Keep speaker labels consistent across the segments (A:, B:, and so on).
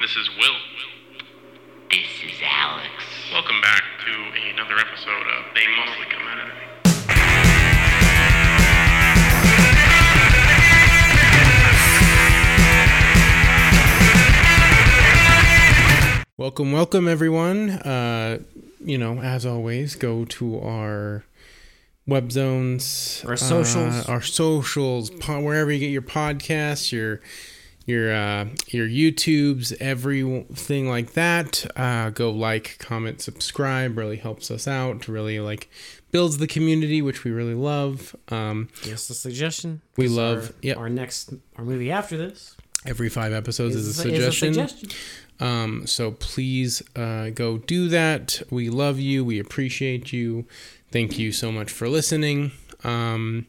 A: This is Will.
B: This is Alex.
A: Welcome back to another episode of They Mostly Come Out of It.
C: Welcome, welcome everyone. Uh, you know, as always, go to our web zones,
D: Our socials.
C: uh, our socials, po- wherever you get your podcasts, your your uh, your YouTubes, everything like that. Uh, go like, comment, subscribe. Really helps us out. Really like builds the community, which we really love. Um,
D: Give us a suggestion.
C: We
D: 'cause
C: love-
D: our,
C: yep.
D: our next our movie after this
C: every five episodes is, a
D: is
C: suggestion. Um, so please uh, go do that. We love you. We appreciate you. Thank you so much for listening. Um,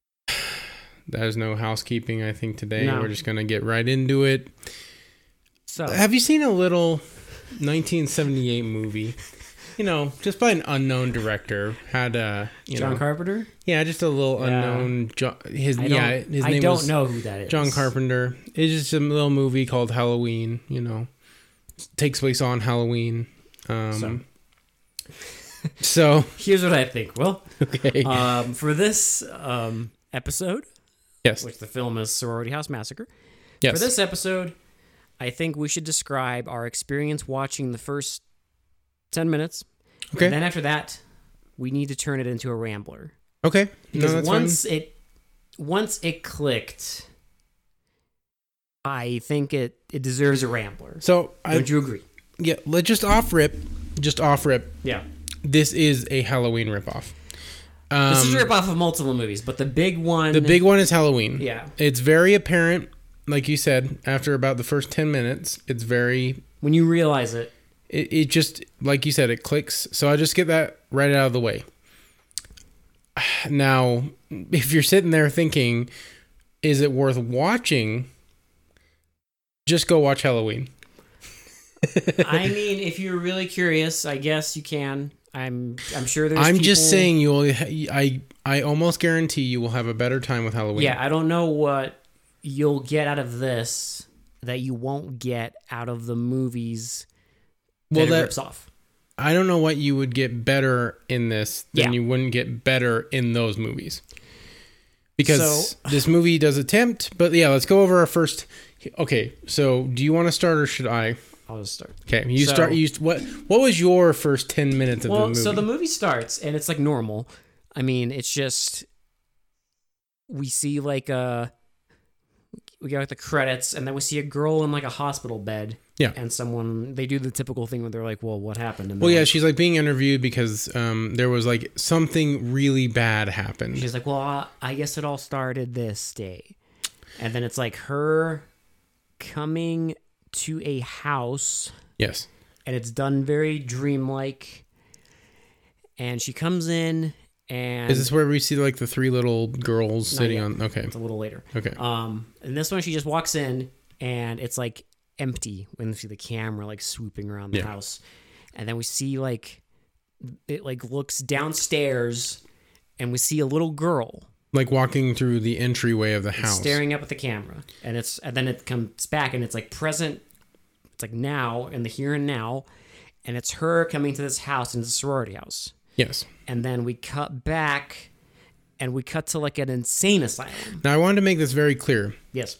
C: there's no housekeeping, I think, today.
D: No.
C: We're just going to get right into it.
D: So
C: Have you seen a little 1978 movie? You know, just by an unknown director, had a you
D: John
C: know,
D: Carpenter.
C: yeah, just a little
D: Yeah.
C: unknown. Jo- his
D: I don't,
C: yeah, his
D: I
C: name
D: don't
C: was
D: know who that is.
C: John Carpenter. It's just a little movie called Halloween. You know, takes place on Halloween. Um, so.
D: Here's what I think. Well,
C: okay.
D: um, for this um, episode,
C: yes.
D: which the film is Sorority House Massacre.
C: Yes.
D: For this episode, I think we should describe our experience watching the first ten minutes.
C: okay.
D: And then after that, we need to turn it into a rambler.
C: okay. No,
D: because
C: that's fine.
D: once it once it clicked i think it it deserves a rambler
C: So I
D: don't you agree
C: yeah. Let's just off rip. Just off rip.
D: yeah
C: This is a Halloween ripoff. Um,
D: this is a rip off of multiple movies but the big one
C: The big one is Halloween.
D: Yeah.
C: It's very apparent, like you said, after about the first ten minutes. It's very
D: when you realize it
C: it, it just like you said it clicks so i just get that right out of the way now if you're sitting there thinking is it worth watching just go watch halloween
D: i mean if you're really curious i guess you can i'm i'm sure there's
C: i'm just
D: people-
C: saying you'll i i almost guarantee you will have a better time with halloween
D: yeah i don't know what you'll get out of this that you won't get out of the movies
C: well
D: that, it
C: that
D: rips off
C: i don't know what you would get better in this than
D: Yeah.
C: you wouldn't get better in those movies because
D: So-
C: this movie does attempt but yeah let's go over our first okay so do you want to start or should i
D: i'll just start
C: Okay, you
D: So-
C: start. You what? What was your first ten minutes of
D: well,
C: the movie?
D: so the movie starts and it's like normal. I mean, it's just we see like a we got like the credits, and then we see a girl in like a hospital bed.
C: Yeah.
D: and someone they do the typical thing where they're like, "Well, what happened?" And
C: well,
D: they're
C: yeah,
D: like-
C: she's like being interviewed because um, there was like something really bad happened.
D: she's like, "Well, I, I guess it all started this day," and then it's like her coming to a house
C: yes,
D: and it's done very dreamlike, and she comes in. And
C: is this where we see like the three little girls sitting
D: yet.
C: on? Okay,
D: It's a little later.
C: okay,
D: Um, and this one, she just walks in and it's like empty when you see the camera like swooping around the
C: Yeah.
D: house. And then we see like it like looks downstairs and we see a little girl
C: like walking through the entryway of the house.
D: staring up at the camera. And it's and then it comes back and it's like present it's like now in the here and now. And it's her coming to this house and it's a sorority house.
C: Yes.
D: And then we cut back and we cut to like an insane asylum.
C: Now I wanted to make this very clear.
D: Yes.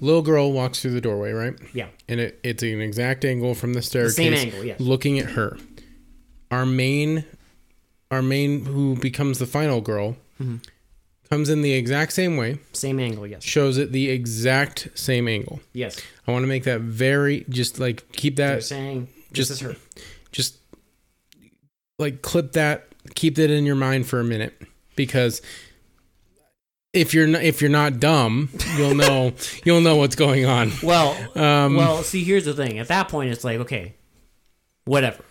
C: Little girl walks through the doorway, right?
D: Yeah.
C: And it, it's an exact angle from the staircase.
D: same angle, yeah.
C: Looking at her. Our main, our main, who becomes the final girl, comes in the exact same way.
D: Same angle, yes.
C: shows it the exact same angle.
D: Yes.
C: I want to make that very just like keep
D: They're
C: that
D: saying
C: Uh, just-
D: this is her.
C: just like clip that keep that in your mind for a minute because if you're not, if you're not dumb, you'll know you'll know what's going on.
D: Well,
C: Um,
D: well. See, here's the thing. At that point, it's like okay, whatever.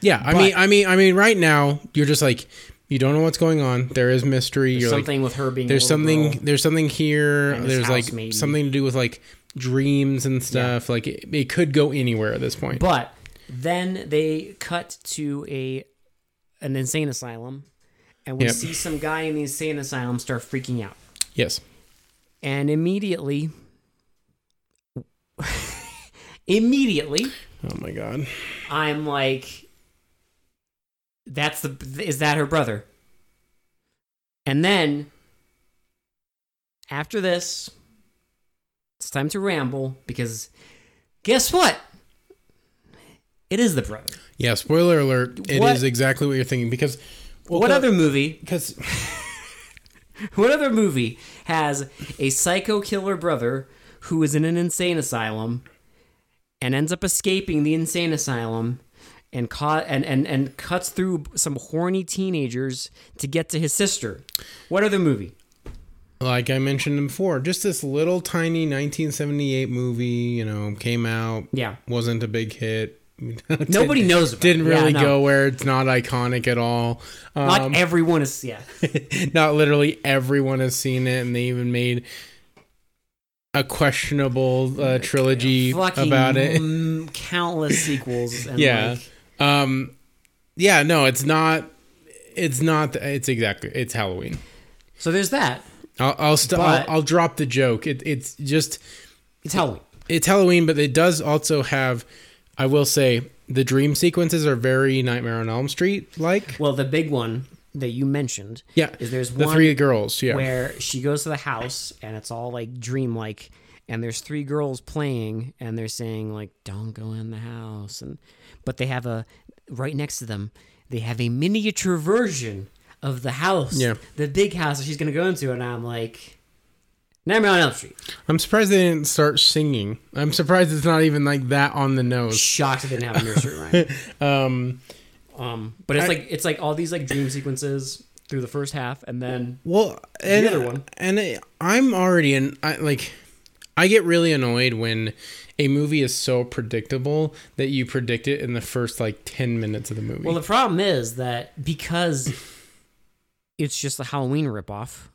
C: yeah, I
D: but-
C: mean, I mean, I mean, right now you're just like you don't know what's going on. There is mystery.
D: There's
C: you're like,
D: something with her being. a
C: there's
D: little
C: something
D: girl.
C: there's something here
D: And this
C: there's
D: house,
C: like
D: maybe.
C: something to do with like dreams and stuff like it, it could go anywhere at this point
D: But then they cut to a an insane asylum, and we
C: Yep.
D: see some guy in the insane asylum start freaking out,
C: yes
D: and immediately Immediately,
C: Oh my god.
D: I'm like, that's the is that her brother? And then after this, it's time to ramble because guess what? It is the brother.
C: Yeah, spoiler alert. It is
D: What-
C: exactly what you're thinking because well,
D: What other movie?
C: because
D: What other movie has a psycho killer brother who is in an insane asylum and ends up escaping the insane asylum and caught and, and, and cuts through some horny teenagers to get to his sister? What other movie?
C: like I mentioned before, just this little tiny 1978 movie, you know, came out.
D: Yeah.
C: wasn't a big hit.
D: Nobody
C: Didn't-
D: knows about it.
C: Didn't really
D: Yeah, no.
C: go where it's not iconic at all. Um,
D: Not
C: not,
D: everyone is yeah.
C: literally everyone has seen it, and they even made a questionable uh, trilogy
D: Fucking
C: about it.
D: mm, countless sequels and
C: Yeah.
D: like
C: Um, yeah, no, it's not. It's not. It's exactly. It's Halloween.
D: so there's that.
C: I'll I'll, st-
D: But-
C: I'll, I'll drop the joke. It, it's just
D: It's Halloween.
C: it's Halloween, but it does also have. I will say the dream sequences are very Nightmare on Elm Street like.
D: Well the big one that you mentioned
C: Yeah,
D: is there's
C: the
D: one
C: three girls. Yeah,
D: where she goes to the house and it's all like dreamlike and there's three girls playing and they're saying like don't go in the house and but they have a right next to them they have a miniature version of the house
C: Yeah.
D: the big house that she's going to go into and I'm like Nightmare on Elm Street
C: I'm surprised they didn't start singing. I'm surprised it's not even like that on the nose.
D: shocked they didn't have a nursery rhyme
C: Um,
D: um but it's
C: I-
D: like it's like all these like dream sequences through the first half and then
C: well, and,
D: other one.
C: and it, I'm already in. I like, I get really annoyed when a movie is so predictable that you predict it in the first like ten minutes of the movie.
D: Well, the problem is that because it's just a Halloween ripoff.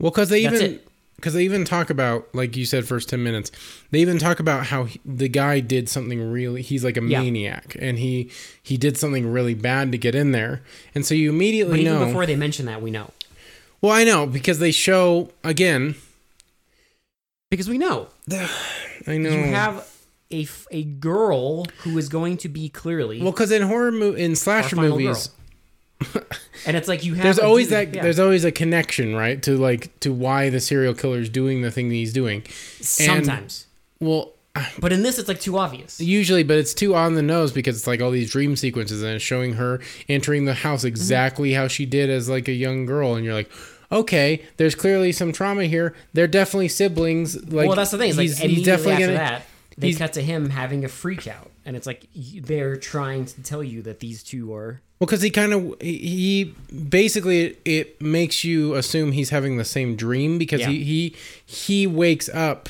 C: Well, because they
D: That's
C: even
D: it.
C: because they even talk about like you said, first ten minutes. They even talk about how he, the guy did something really. He's like a
D: Yeah.
C: maniac, and he he did something really bad to get in there. And so you
D: But
C: immediately
D: even
C: know.
D: before they mention that, we know
C: well, I know because they show again.
D: because we know
C: I know.
D: you have a, f- a girl who is going to be clearly
C: well, because in horror mo- in
D: our
C: slasher
D: final
C: movies,
D: girl. and it's like you have
C: there's
D: a
C: always
D: dude-
C: that
D: yeah.
C: there's always a connection, right? To like to why the serial killer is doing the thing that he's doing.
D: sometimes,
C: Well,
D: but in this it's like too obvious.
C: Usually, but it's too on the nose because it's like all these dream sequences and it's showing her entering the house
D: Mm-hmm.
C: exactly how she did as like a young girl, and you're like, okay, there's clearly some trauma here. They're definitely siblings. Like,
D: well, that's the thing. It's like
C: he's- he's
D: immediately
C: definitely
D: after
C: gonna-
D: that, they
C: he's-
D: cut to him having a freak out, and it's like y- they're trying to tell you that these two are
C: Well, because he kind of he he- basically it, it makes you assume he's having the same dream because
D: Yeah.
C: he, he he wakes up.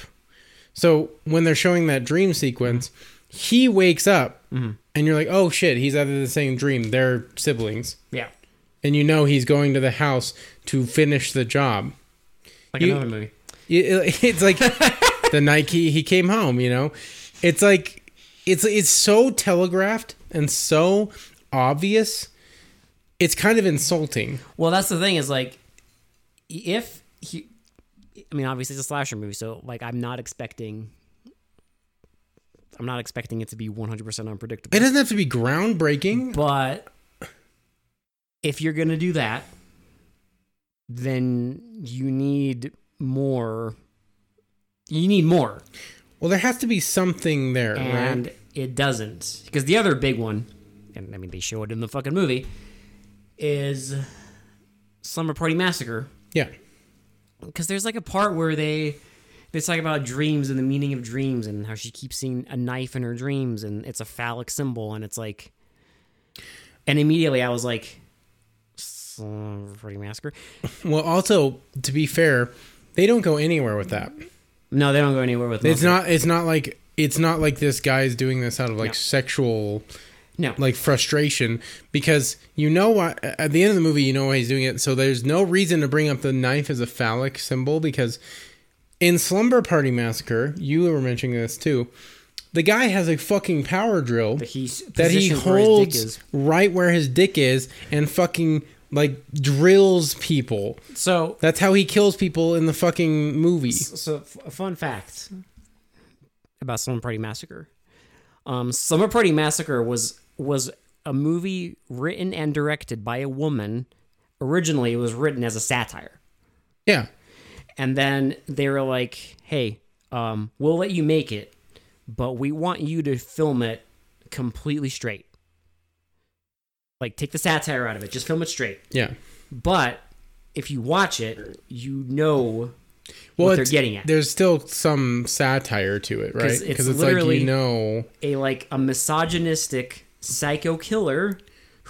C: So when they're showing that dream sequence, he wakes up, and you're like, oh shit, he's having the same dream. They're siblings.
D: yeah,
C: and you know he's going to the house to finish the job.
D: like
C: You-
D: another movie.
C: It- It's like the night he, he came home, you know. It's like it's it's so telegraphed and so obvious. It's kind of insulting.
D: Well, that's the thing is like, if he, I mean, obviously it's a slasher movie, so like I'm not expecting, I'm not expecting it to be 100% unpredictable.
C: It doesn't have to be groundbreaking.
D: but if you're gonna do that, then you need more. You need more,
C: Well, there has to be something there,
D: and
C: right?
D: it doesn't because the other big one, and I mean they show it in the fucking movie, is Slumber Party Massacre.
C: Yeah.
D: because there's like a part where they they talk about dreams and the meaning of dreams and how she keeps seeing a knife in her dreams and it's a phallic symbol and it's like and immediately i was like "Slumber Party massacre
C: Well, also to be fair, they don't go anywhere with that.
D: no they don't go anywhere with
C: It's
D: Mumford.
C: not. It's not like. It's not like this guy's doing this out of like
D: No.
C: sexual
D: no
C: like frustration because you know why at the end of the movie you know why he's doing it so there's no reason to bring up the knife as a phallic symbol because in slumber party massacre you were mentioning this too the guy has a fucking power drill
D: that he's
C: that he
D: positioned where his dick
C: holds
D: is.
C: right where his dick is and fucking like drills people
D: so
C: that's how he kills people in the fucking movie
D: so f- a fun fact about Slumber Party Massacre. Um, Summer Party Massacre was was a movie written and directed by a woman. Originally, it was written as a satire,
C: Yeah.
D: and then they were like, "Hey, um, we'll let you make it, but we want you to film it completely straight. Like, take the satire out of it. Just film it straight."
C: Yeah.
D: But if you watch it, you know
C: Well,
D: What they're
C: it's-
D: getting at.
C: There's still some satire to it, right?
D: 'Cause it's
C: Because it's, like
D: literally-
C: you know
D: a like a misogynistic psycho killer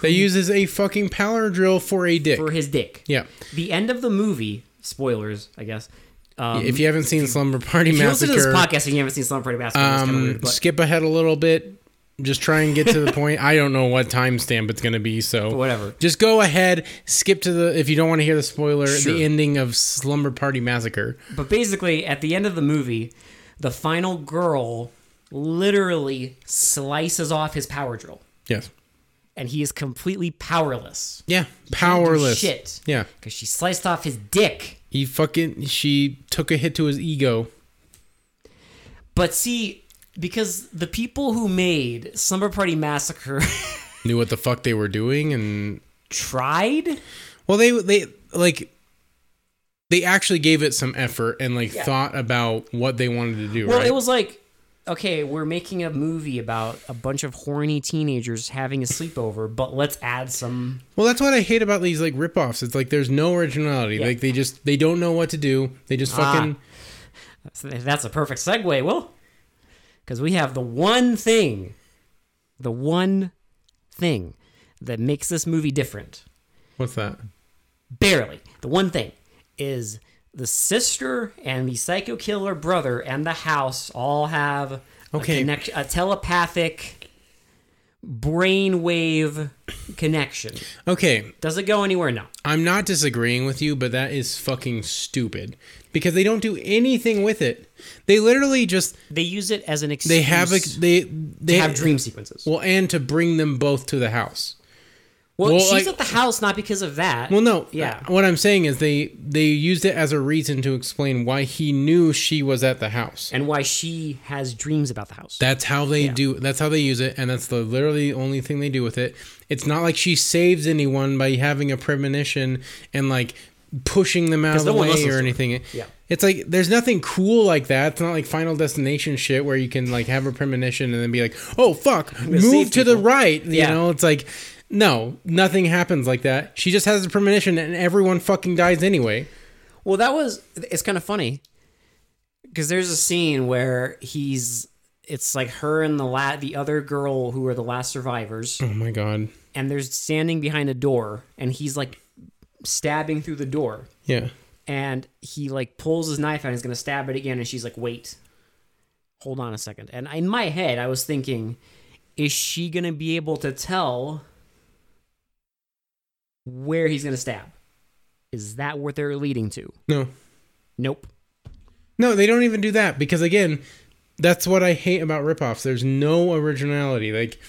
C: that uses a fucking power drill for a dick.
D: for his dick.
C: yeah.
D: The end of the movie, spoilers, I guess. Um,
C: if you haven't seen Slumber Party
D: if you listen
C: Massacre,
D: to this podcast and you haven't seen Slumber Party Massacre, it's kind of
C: um,
D: weird. But
C: skip ahead a little bit. Just try and get to the point. I don't know what timestamp it's going to be, so
D: whatever.
C: Just go ahead, skip to the if you don't want to hear the spoiler,
D: Sure.
C: the ending of Slumber Party Massacre.
D: But basically, at the end of the movie, the final girl literally slices off his power drill,
C: Yes.
D: and he is completely powerless
C: Yeah. Powerless.
D: shit.
C: Yeah.
D: because she sliced off his dick.
C: He fucking she took a hit to his ego.
D: But see, because the people who made Slumber Party Massacre
C: Knew what the fuck they were doing and
D: tried
C: well they they like they actually gave it some effort and like thought about what they wanted to do,
D: Well,
C: right?
D: it was like, okay, we're making a movie about a bunch of horny teenagers having a sleepover, but let's add some.
C: well, that's what I hate about these like ripoffs. It's like there's no originality. Like they just they don't know what to do. They just
D: Ah.
C: fucking
D: so That's a perfect segue, Will. Because we have the one thing, the one thing that makes this movie different.
C: what's that?
D: Barely. The one thing is the sister and the psycho killer brother and the house all have a,
C: Okay.
D: connect- a telepathic brainwave connection.
C: Okay,
D: Does it go anywhere? No.
C: I'm not disagreeing with you, but that is fucking stupid because they don't do anything with it. They literally just
D: They use it as an excuse.
C: they have a they they
D: have dream sequences. Well,
C: Well, and to bring them both to the house. well,
D: she's
C: like-
D: at the house not because of that.
C: Well, no.
D: Yeah.
C: What I'm saying is they they used it as a reason to explain why he knew she was at the house.
D: and why she has dreams about the house.
C: That's how they do. That's how they use it, and that's the literally the only thing they do with it. It's not like she saves anyone by having a premonition and like pushing them out of the
D: no one
C: way
D: listens
C: or
D: to her.
C: anything.
D: Yeah.
C: it's like there's nothing cool like that. It's not like Final Destination shit where you can like have a premonition and then be like, oh fuck, move
D: save
C: to the
D: people.
C: right. You
D: Yeah.
C: know, it's like. No, nothing happens like that. She just has a premonition and everyone fucking dies anyway.
D: Well, that was it's kind of funny because there's a scene where he's it's like her and the la- the other girl who are the last survivors,
C: Oh my god.
D: and they're standing behind a door, and he's like stabbing through the door,
C: Yeah.
D: and he like pulls his knife out and he's gonna stab it again, and she's like, "Wait, hold on a second. And in my head, I was thinking, is she gonna be able to tell where he's gonna stab? Is that what they're leading to?
C: No.
D: Nope.
C: No, they don't even do that because again, that's what I hate about ripoffs. There's no originality. Like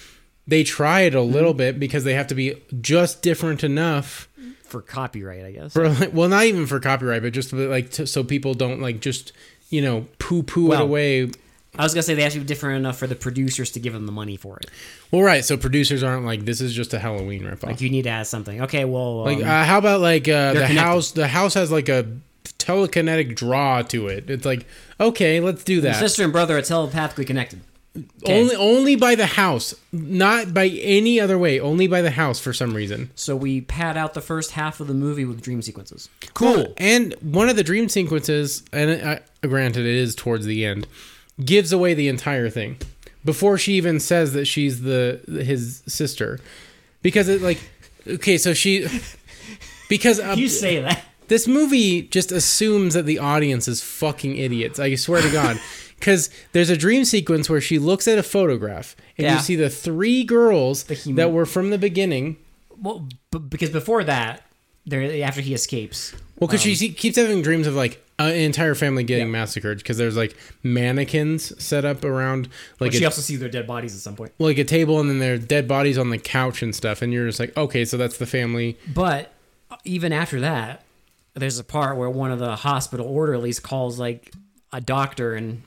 C: they try it a
D: Mm-hmm.
C: little bit because they have to be just different enough
D: for copyright, I guess.
C: for like, well, not even for copyright, but just like to, so people don't like just you know poo poo it
D: Well-
C: away.
D: I was gonna say they have to be different enough for the producers to give them the money for it.
C: Well, right. So producers aren't like this is just a Halloween
D: Like
C: ripoff. Like,
D: you need to add something. Okay, well, um,
C: uh, how about like uh, the
D: connected.
C: house? The house has like a telekinetic draw to it. It's like okay, let's do that.
D: sister and brother are telepathically connected.
C: Only only by the house, not by any other way. Only by the house for some reason.
D: So we pad out the first half of the movie with dream sequences.
C: Cool. And one of the dream sequences, and I, granted it is towards the end, gives away the entire thing before she even says that she's the his sister, because it like okay, so she because uh,
D: You say that.
C: this movie just assumes that the audience is fucking idiots. I swear to God. Because there's a dream sequence where she looks at a photograph and
D: Yeah.
C: you see the three girls
D: human-
C: that were from the beginning.
D: Well, b- because before that, there after he escapes,
C: Well, because
D: Um,
C: she see- keeps having dreams of like an entire family getting massacred because there's like mannequins set up around like
D: she
C: a,
D: also sees their dead bodies at some point.
C: like a table and then there are dead bodies on the couch and stuff. And you're just like, okay, so that's the family.
D: But uh, even after that, there's a part where one of the hospital orderlies calls like a doctor and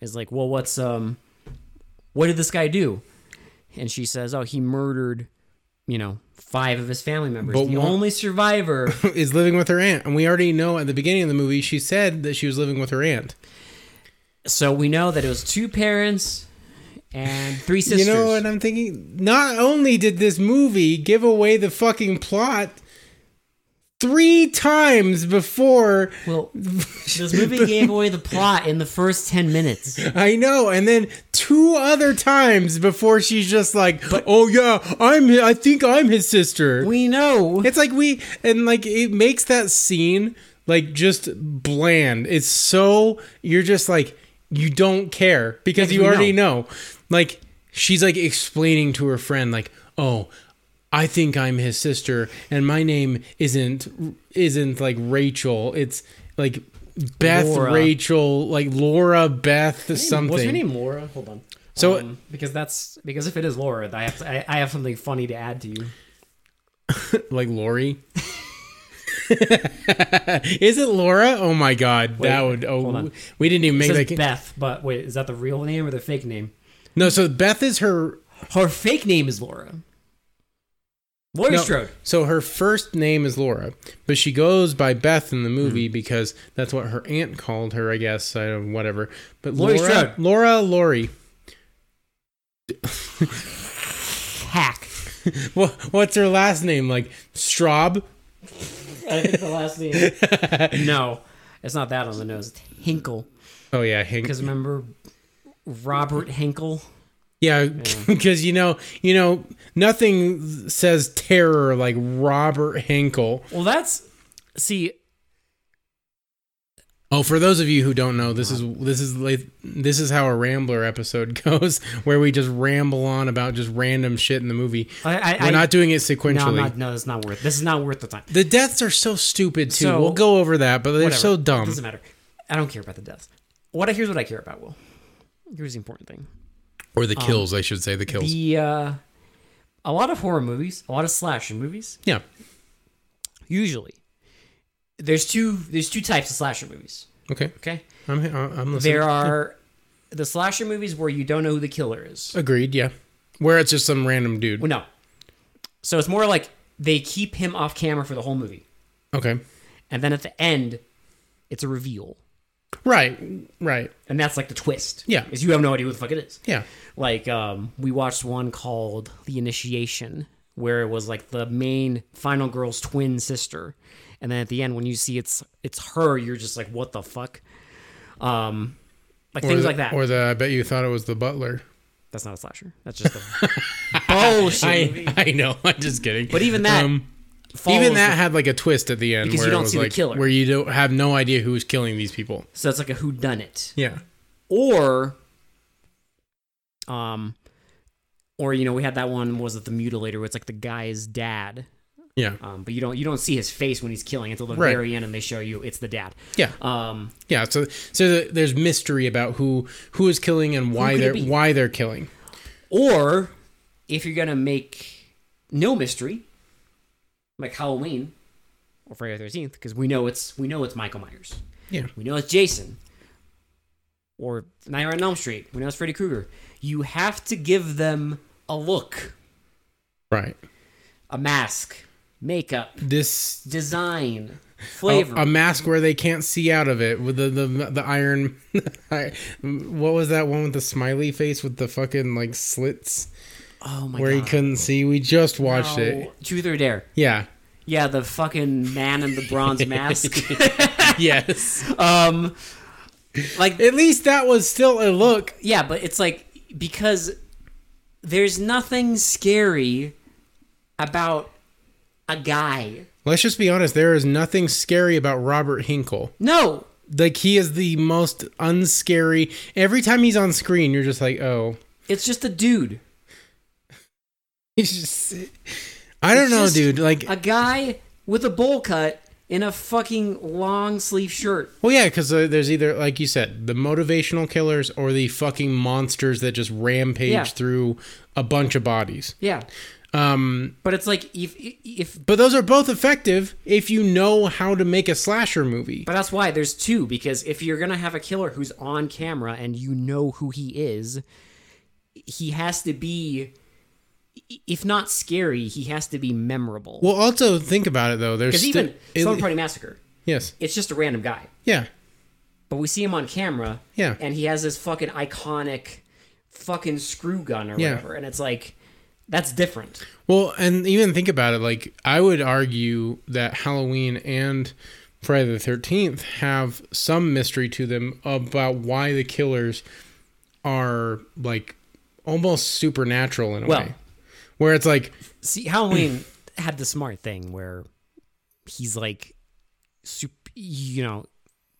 D: is like, "Well, what's um, What did this guy do? And she says, Oh, he murdered, you know, five of his family members.
C: But
D: the
C: one-
D: only survivor.
C: is living with her aunt, and we already know at the beginning of the movie she said that she was living with her aunt.
D: so we know that it was two parents and three sisters.
C: You know what I'm thinking? Not only did this movie give away the fucking plot three times before
D: Well, this movie gave away the plot in the first 10 minutes.
C: I know, and then two other times before she's just like, "Oh yeah, I'm I think I'm his sister."
D: We know.
C: It's like we and like it makes that scene like just bland. It's so you're just like you don't care because
D: Yeah,
C: you
D: 'cause we
C: already know. Like she's like explaining to her friend like, "Oh, I think I'm his sister and my name isn't isn't like Rachel. It's like Beth
D: Laura.
C: Rachel, like Laura Beth something."
D: What's her name? Laura. Hold on.
C: So-
D: Um, because that's because if it is Laura, I have to, I, I have something funny to add to you.
C: Like Lori? is it Laura? Oh my god, that
D: Wait,
C: would
D: hold
C: oh
D: on.
C: we didn't even
D: It
C: make
D: says
C: that.
D: Beth, but wait, is that the real name or the fake name?
C: No, so Beth is her
D: Her fake name is Laura. Laura
C: no,
D: Strode.
C: So her first name is Laura, but she goes by Beth in the
D: Hmm.
C: movie because that's what her aunt called her, I guess, I don't, whatever. But
D: Laurie Strode.
C: Laura, Laura, Lori.
D: Hack.
C: What, what's her last name? Like Straub?
D: I think the last name. no, it's not that on the nose. It's Hinkle.
C: Oh yeah, Hank.
D: Because remember Robert Hinkle?
C: Yeah, because you know, you know, nothing says terror like Robert Henkel.
D: Well, that's see.
C: Oh, for those of you who don't know, this is this is like this is how a rambler episode goes, where we just ramble on about just random shit in the movie.
D: I, I,
C: We're
D: I,
C: not doing it
D: No, I'm
C: sequentially.
D: not, no, it's not worth. This is not worth the time.
C: The deaths are so stupid too.
D: So-
C: we'll go over that, but they're
D: Whatever.
C: so dumb.
D: Doesn't matter. I don't care about the deaths. What I here's what I care about. Will here's the important thing.
C: Or the kills, I should say, the kills.
D: um, The uh, a lot of horror movies, a lot of slasher movies.
C: yeah.
D: Usually, there's two there's two types of slasher movies.
C: Okay.
D: Okay,
C: I'm I'm listening.
D: there are the slasher movies where you don't know who the killer is.
C: Agreed. Yeah. Where it's just some random dude.
D: Well, no, so it's more like they keep him off camera for the whole movie,
C: Okay.
D: and then at the end, it's a reveal,
C: Right. Right.
D: and that's like the twist.
C: Yeah.
D: is you have no idea who the fuck it is.
C: Yeah.
D: like um, we watched one called the initiation where it was like the main final girl's twin sister and then at the end when you see it's it's her you're just like what the fuck um like
C: Or
D: things
C: the-
D: like that
C: Or the I bet you thought it was the butler.
D: that's not a slasher that's just a bullshit movie.
C: I I know. I'm just kidding.
D: Oh,
C: Um,
D: but even that follows
C: even that
D: the-
C: had like a twist at the end
D: Because
C: where
D: you don't
C: it was
D: see the
C: like
D: killer.
C: where you don't have no idea who's killing these people.
D: so it's like a who done it
C: Yeah.
D: or um or you know we had that one was it the mutilator where it's like the guy's dad
C: Yeah.
D: um, but you don't you don't see his face when he's killing until the
C: Right.
D: very end, and they show you it's the dad.
C: Yeah.
D: Um,
C: Yeah, so so the, there's mystery about who who is killing and why
D: could it
C: they're
D: be?
C: why they're killing.
D: or if you're gonna make no mystery, like Halloween or Friday the Thirteenth, because we know it's we know it's Michael Myers,
C: Yeah,
D: we know it's Jason, or Nightmare on Elm Street, we know it's Freddy Krueger. You have to give them a look,
C: right.
D: a mask, makeup,
C: This
D: design,
C: a,
D: flavor.
C: a mask where they can't see out of it with the the, the iron. what was that one with the smiley face with the fucking like slits
D: oh my
C: where he
D: god!
C: couldn't see? We just watched it.
D: Oh, Truth or dare?
C: Yeah.
D: Yeah, the fucking man in the bronze mask.
C: yes.
D: um, like
C: At least that was still a look.
D: yeah, but it's like because there's nothing scary about a guy.
C: Let's just be honest. There is nothing scary about Robert Hinkle.
D: No,
C: Like he is the most unscary. Every time he's on screen, you're just like, oh.
D: it's just a dude,
C: It's just, I don't know,
D: just
C: dude. Like,
D: a guy with a bowl cut in a fucking long sleeve shirt.
C: well, yeah, because uh, there's either, like you said, the motivational killers or the fucking monsters that just rampage
D: Yeah.
C: through a bunch of bodies.
D: Yeah,
C: Um,
D: but it's like if if
C: but those are both effective if you know how to make a slasher movie.
D: But that's why there's two because if you're gonna have a killer who's on camera and you know who he is, he has to be if not scary, he has to be memorable.
C: Well, also think about it though. There's
D: Because
C: sti-
D: even
C: it-
D: Slumber Party Massacre,
C: Yes.
D: it's just a random guy.
C: Yeah.
D: But we see him on camera,
C: Yeah.
D: and he has this fucking iconic fucking screw gun or
C: Yeah.
D: whatever, and it's like that's different.
C: Well, and even think about it. Like I would argue that Halloween and Friday the Thirteenth have some mystery to them about why the killers are like almost supernatural in a
D: Well-
C: way, where it's like
D: See, Halloween had the smart thing where he's like, sup- you know,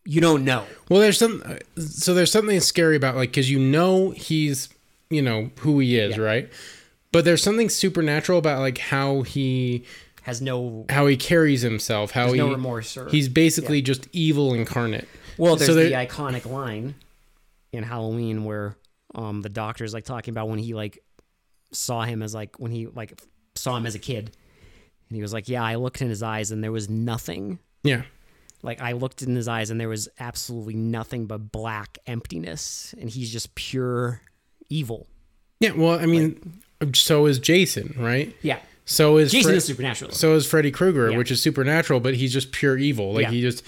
D: you don't know.
C: Well, there's some. So there's something scary about like because you know he's you know who he is, right? But there's something supernatural about like how he
D: Has no
C: how he carries himself, how
D: There's
C: he
D: no remorse or-
C: he's basically just evil incarnate.
D: Well, there's
C: so
D: the
C: there-
D: iconic line in Halloween where um the doctor's like talking about when he like saw him as like when he like saw him as a kid. And he was like, "Yeah, I looked in his eyes and there was nothing.
C: yeah,
D: Like I looked in his eyes and there was absolutely nothing but black emptiness and he's just pure evil."
C: yeah. Well, I mean, so is Jason, right?
D: Yeah.
C: So is
D: Jason
C: Fre-
D: is supernatural.
C: So is Freddy Krueger,
D: Yeah.
C: which is supernatural, but he's just pure evil. Like
D: Yeah.
C: he just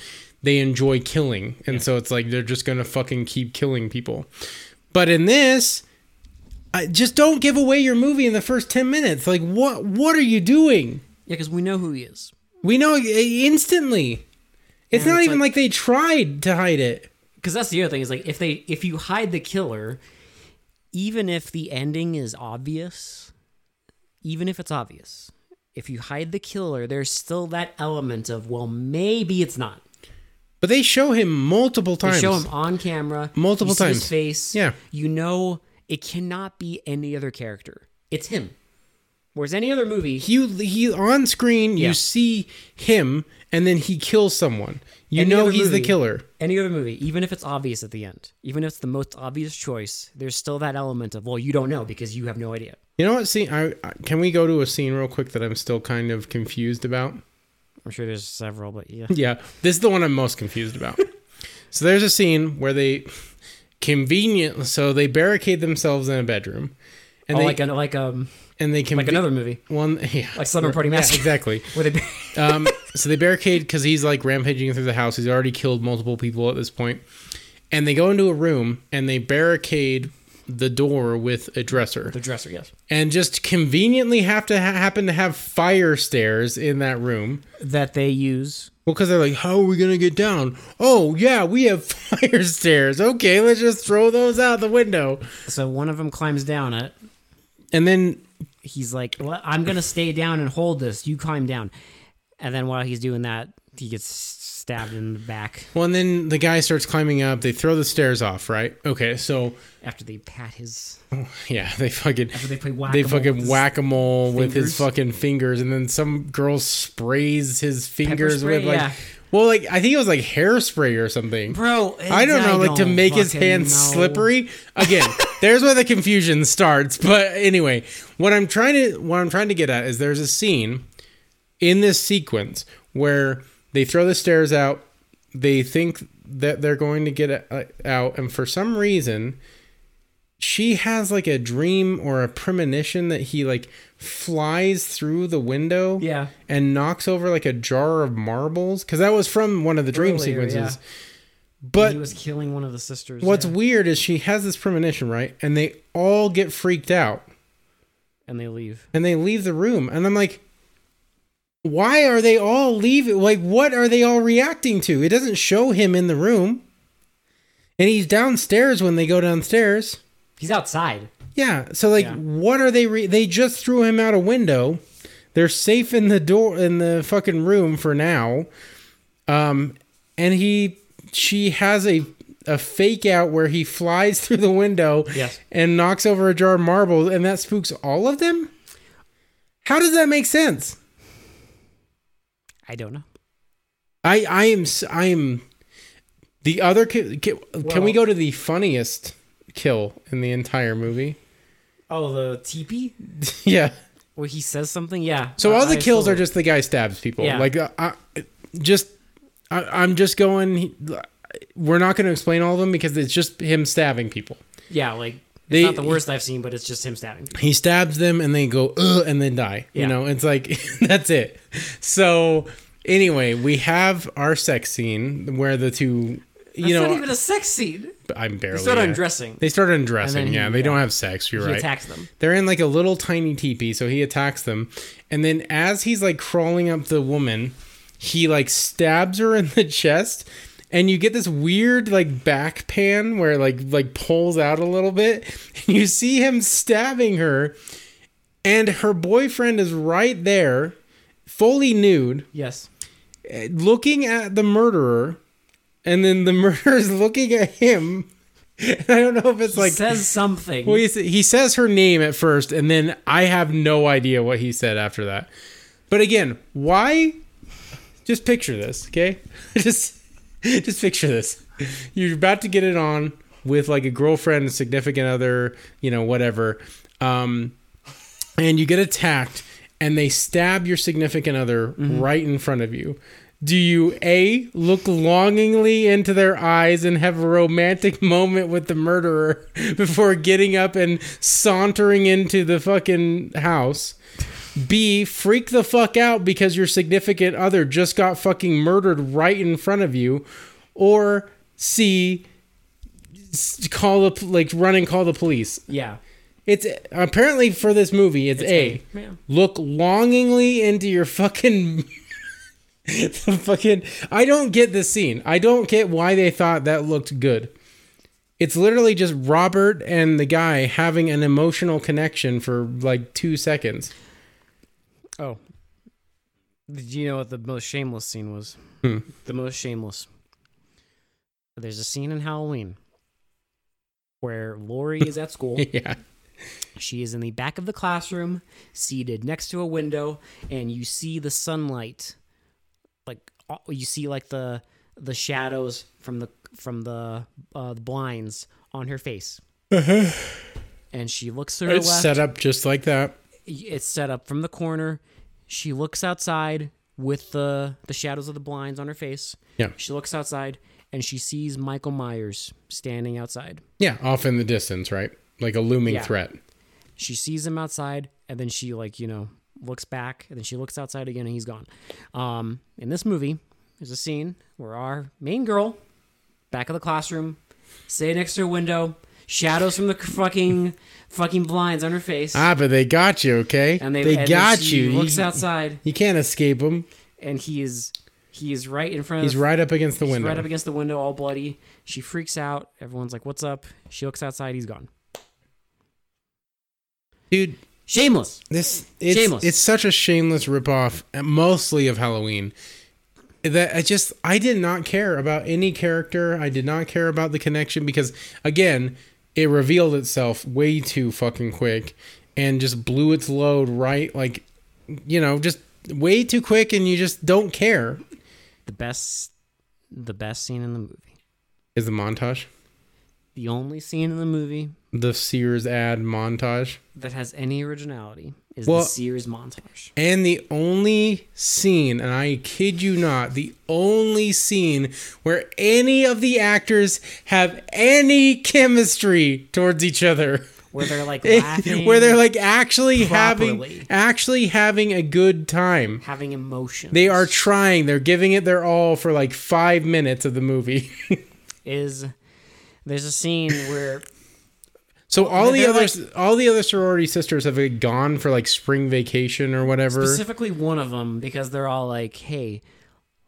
C: they enjoy killing, and so it's like they're just gonna fucking keep killing people. But in this, I, just don't give away your movie in the first ten minutes. Like what? What are you doing?
D: yeah, cuz we know who he is.
C: We know i- instantly. It's
D: Yeah,
C: not
D: it's
C: even like, they tried to hide it.
D: because that's the other thing is like if they if you hide the killer even if the ending is obvious even if it's obvious if you hide the killer there's still that element of well maybe it's not
C: But they show him multiple
D: they
C: times.
D: show him on camera
C: Multiple
D: you see
C: times.
D: his face
C: Yeah.
D: you know it cannot be any other character it's him whereas any other movie
C: You he on screen.
D: Yeah.
C: You see him, and then he kills someone. You
D: Any
C: know
D: other
C: he's the
D: movie-
C: killer.
D: any other movie even if it's obvious at the end even if it's the most obvious choice there's still that element of well you don't know because you have no idea
C: You know what scene? I, I can we go to a scene real quick that I'm still kind of confused about.
D: i'm sure there's several but yeah
C: Yeah, this is the one I'm most confused about. so there's a scene where they convenient so they barricade themselves in a bedroom, and
D: Oh,
C: they
D: like an, like um
C: and they conve-
D: like another movie,
C: one yeah
D: like Slumber Party
C: Yeah,
D: Massacre.
C: exactly.
D: where they
C: Um, so they barricade because he's like rampaging through the house. He's already killed multiple people at this point, and they go into a room and they barricade the door with a dresser.
D: the dresser. Yes,
C: and just conveniently have to ha- happen to have fire stairs in that room.
D: that they use.
C: Well, because they're like, how are we gonna get down? Oh yeah, we have fire stairs. Okay, let's just throw those out the window.
D: So one of them climbs down it.
C: And then
D: He's like, well, "I'm gonna stay down and hold this. You climb down." And then while he's doing that, he gets stabbed in the back
C: well, and then the guy starts climbing up. They throw the stairs off, right? Okay, so
D: after they pat his.
C: yeah, they fucking
D: After they play whack.
C: they fucking whack a mole with
D: fingers.
C: his fucking fingers, and then some girl sprays his fingers
D: spray,
C: with like,
D: yeah.
C: well, like I think it was like hairspray or something.
D: Bro,
C: I don't know, like to
D: don't
C: make his
D: fucking
C: hands
D: know.
C: slippery. Again, there's where the confusion starts. But anyway, what I'm trying to what I'm trying to get at is there's a scene in this sequence where they throw the stairs out. They think that they're going to get uh, out, and for some reason, she has like a dream or a premonition that he like flies through the window
D: Yeah.
C: and knocks over like a jar of marbles because that was from one of the dream
D: Earlier,
C: sequences
D: yeah.
C: but
D: He was killing one of the sisters.
C: What's
D: yeah.
C: weird is she has this premonition, right? And they all get freaked out
D: and they leave.
C: and they leave the room. And I'm like, why are they all leaving? Like, what are they all reacting to? It doesn't show him in the room. And he's downstairs when they go downstairs.
D: He's outside.
C: Yeah. So, like,
D: Yeah.
C: what are they? Re- they just threw him out a window. They're safe in the door, in the fucking room for now. Um, and he, she has a a fake out where he flies through the window
D: Yes.
C: and knocks over a jar of marbles, and that spooks all of them. How does that make sense?
D: I don't know.
C: I I am s- I am the other. Ki- ki- can we
D: Well-
C: go to the funniest kill in the entire movie?
D: Oh, the teepee
C: yeah.
D: where he says something. Yeah.
C: So
D: I-
C: all the
D: I
C: kills
D: saw
C: are
D: it.
C: just the guy stabs people.
D: Yeah.
C: Like uh, I, just I, I'm just going. We're not going to explain all of them because it's just him stabbing people.
D: yeah, like
C: They-
D: it's not the worst I've seen, but it's just him stabbing.
C: he stabs them and they go Ugh, and then die you
D: Yeah.
C: know it's like that's it so anyway we have our sex scene where the two you
D: It's
C: know
D: not even a sex scene.
C: i'm barely
D: Oh, They start
C: yeah.
D: undressing.
C: they start undressing
D: And then he-
C: yeah they don't
D: yeah.
C: have sex you're
D: He
C: right
D: attacks them.
C: they're in like a little tiny teepee so he attacks them and then as he's like crawling up the woman he like stabs her in the chest and you get this weird like back pan where like like pulls out a little bit and you see him stabbing her and her boyfriend is right there fully nude
D: Yes.
C: looking at the murderer and then the murderer's looking at him and i don't know if it's like
D: says something.
C: well, he, sa- he says her name at first, and then I have no idea what he said after that. But again, why? Just picture this, okay? just, just picture this. You're about to get it on with like a girlfriend, a significant other, you know, whatever. Um, and you get attacked, and they stab your significant other right in front of you. Do you a look longingly into their eyes and have a romantic moment with the murderer before getting up and sauntering into the fucking house? B freak the fuck out because your significant other just got fucking murdered right in front of you, or C s- call the p- like run and call the police.
D: yeah.
C: It's apparently for this movie. It's, a
D: A. Yeah.
C: look longingly into your fucking. the fucking I don't get this scene. I don't get why they thought that looked good. It's literally just Robert and the guy having an emotional connection for like 2 seconds.
D: Oh. Did you know what the most shameless scene was? The most shameless. There's a scene in Halloween where Lori is at school.
C: yeah.
D: She is in the back of the classroom, seated next to a window, and you see the sunlight, like uh, you see like the the shadows from the from the uh, blinds on her face. and she looks to her
C: Uh-huh. It's
D: left.
C: set up just like that.
D: it's set up from the corner. She looks outside with the the shadows of the blinds on her face.
C: Yeah.
D: She looks outside and she sees Michael Myers standing outside.
C: Yeah, off in the distance, right? Like a looming
D: Yeah.
C: threat.
D: She sees him outside and then she like, you know, looks back and then she looks outside again and he's gone. Um in this movie, there's a scene where our main girl back of the classroom, sitting next to her window, shadows from the fucking fucking blinds on her face.
C: Ah, but they got you, okay?
D: and they,
C: they
D: and then
C: got
D: she
C: you.
D: Looks
C: You,
D: outside
C: you can't escape them.
D: and he is he is right in front of
C: He's right up against the
D: he's
C: window.
D: right up against the window all bloody she freaks out everyone's like what's up she looks outside he's gone
C: Dude,
D: shameless
C: This it's
D: Shameless.
C: it's such a shameless ripoff, uh, mostly of Halloween. That I just I did not care about any character. I did not care about the connection because again, it revealed itself way too fucking quick and just blew its load right like you know, just way too quick and you just don't care
D: the best the best scene in the movie
C: is the montage.
D: the only scene in the movie
C: The Sears ad montage.
D: that has any originality is
C: Well-
D: the Sears montage
C: And the only scene, and I kid you not, the only scene where any of the actors have any chemistry towards each other.
D: where they're like laughing
C: where they're like actually
D: properly.
C: having actually having a good time.
D: having emotions
C: They are trying. They're giving it their all for like 5 minutes of the movie.
D: is there's a scene where
C: So all the
D: they're
C: other
D: like-
C: all the other sorority sisters have like, gone for like spring vacation or whatever.
D: specifically one of them because they're all like, "Hey,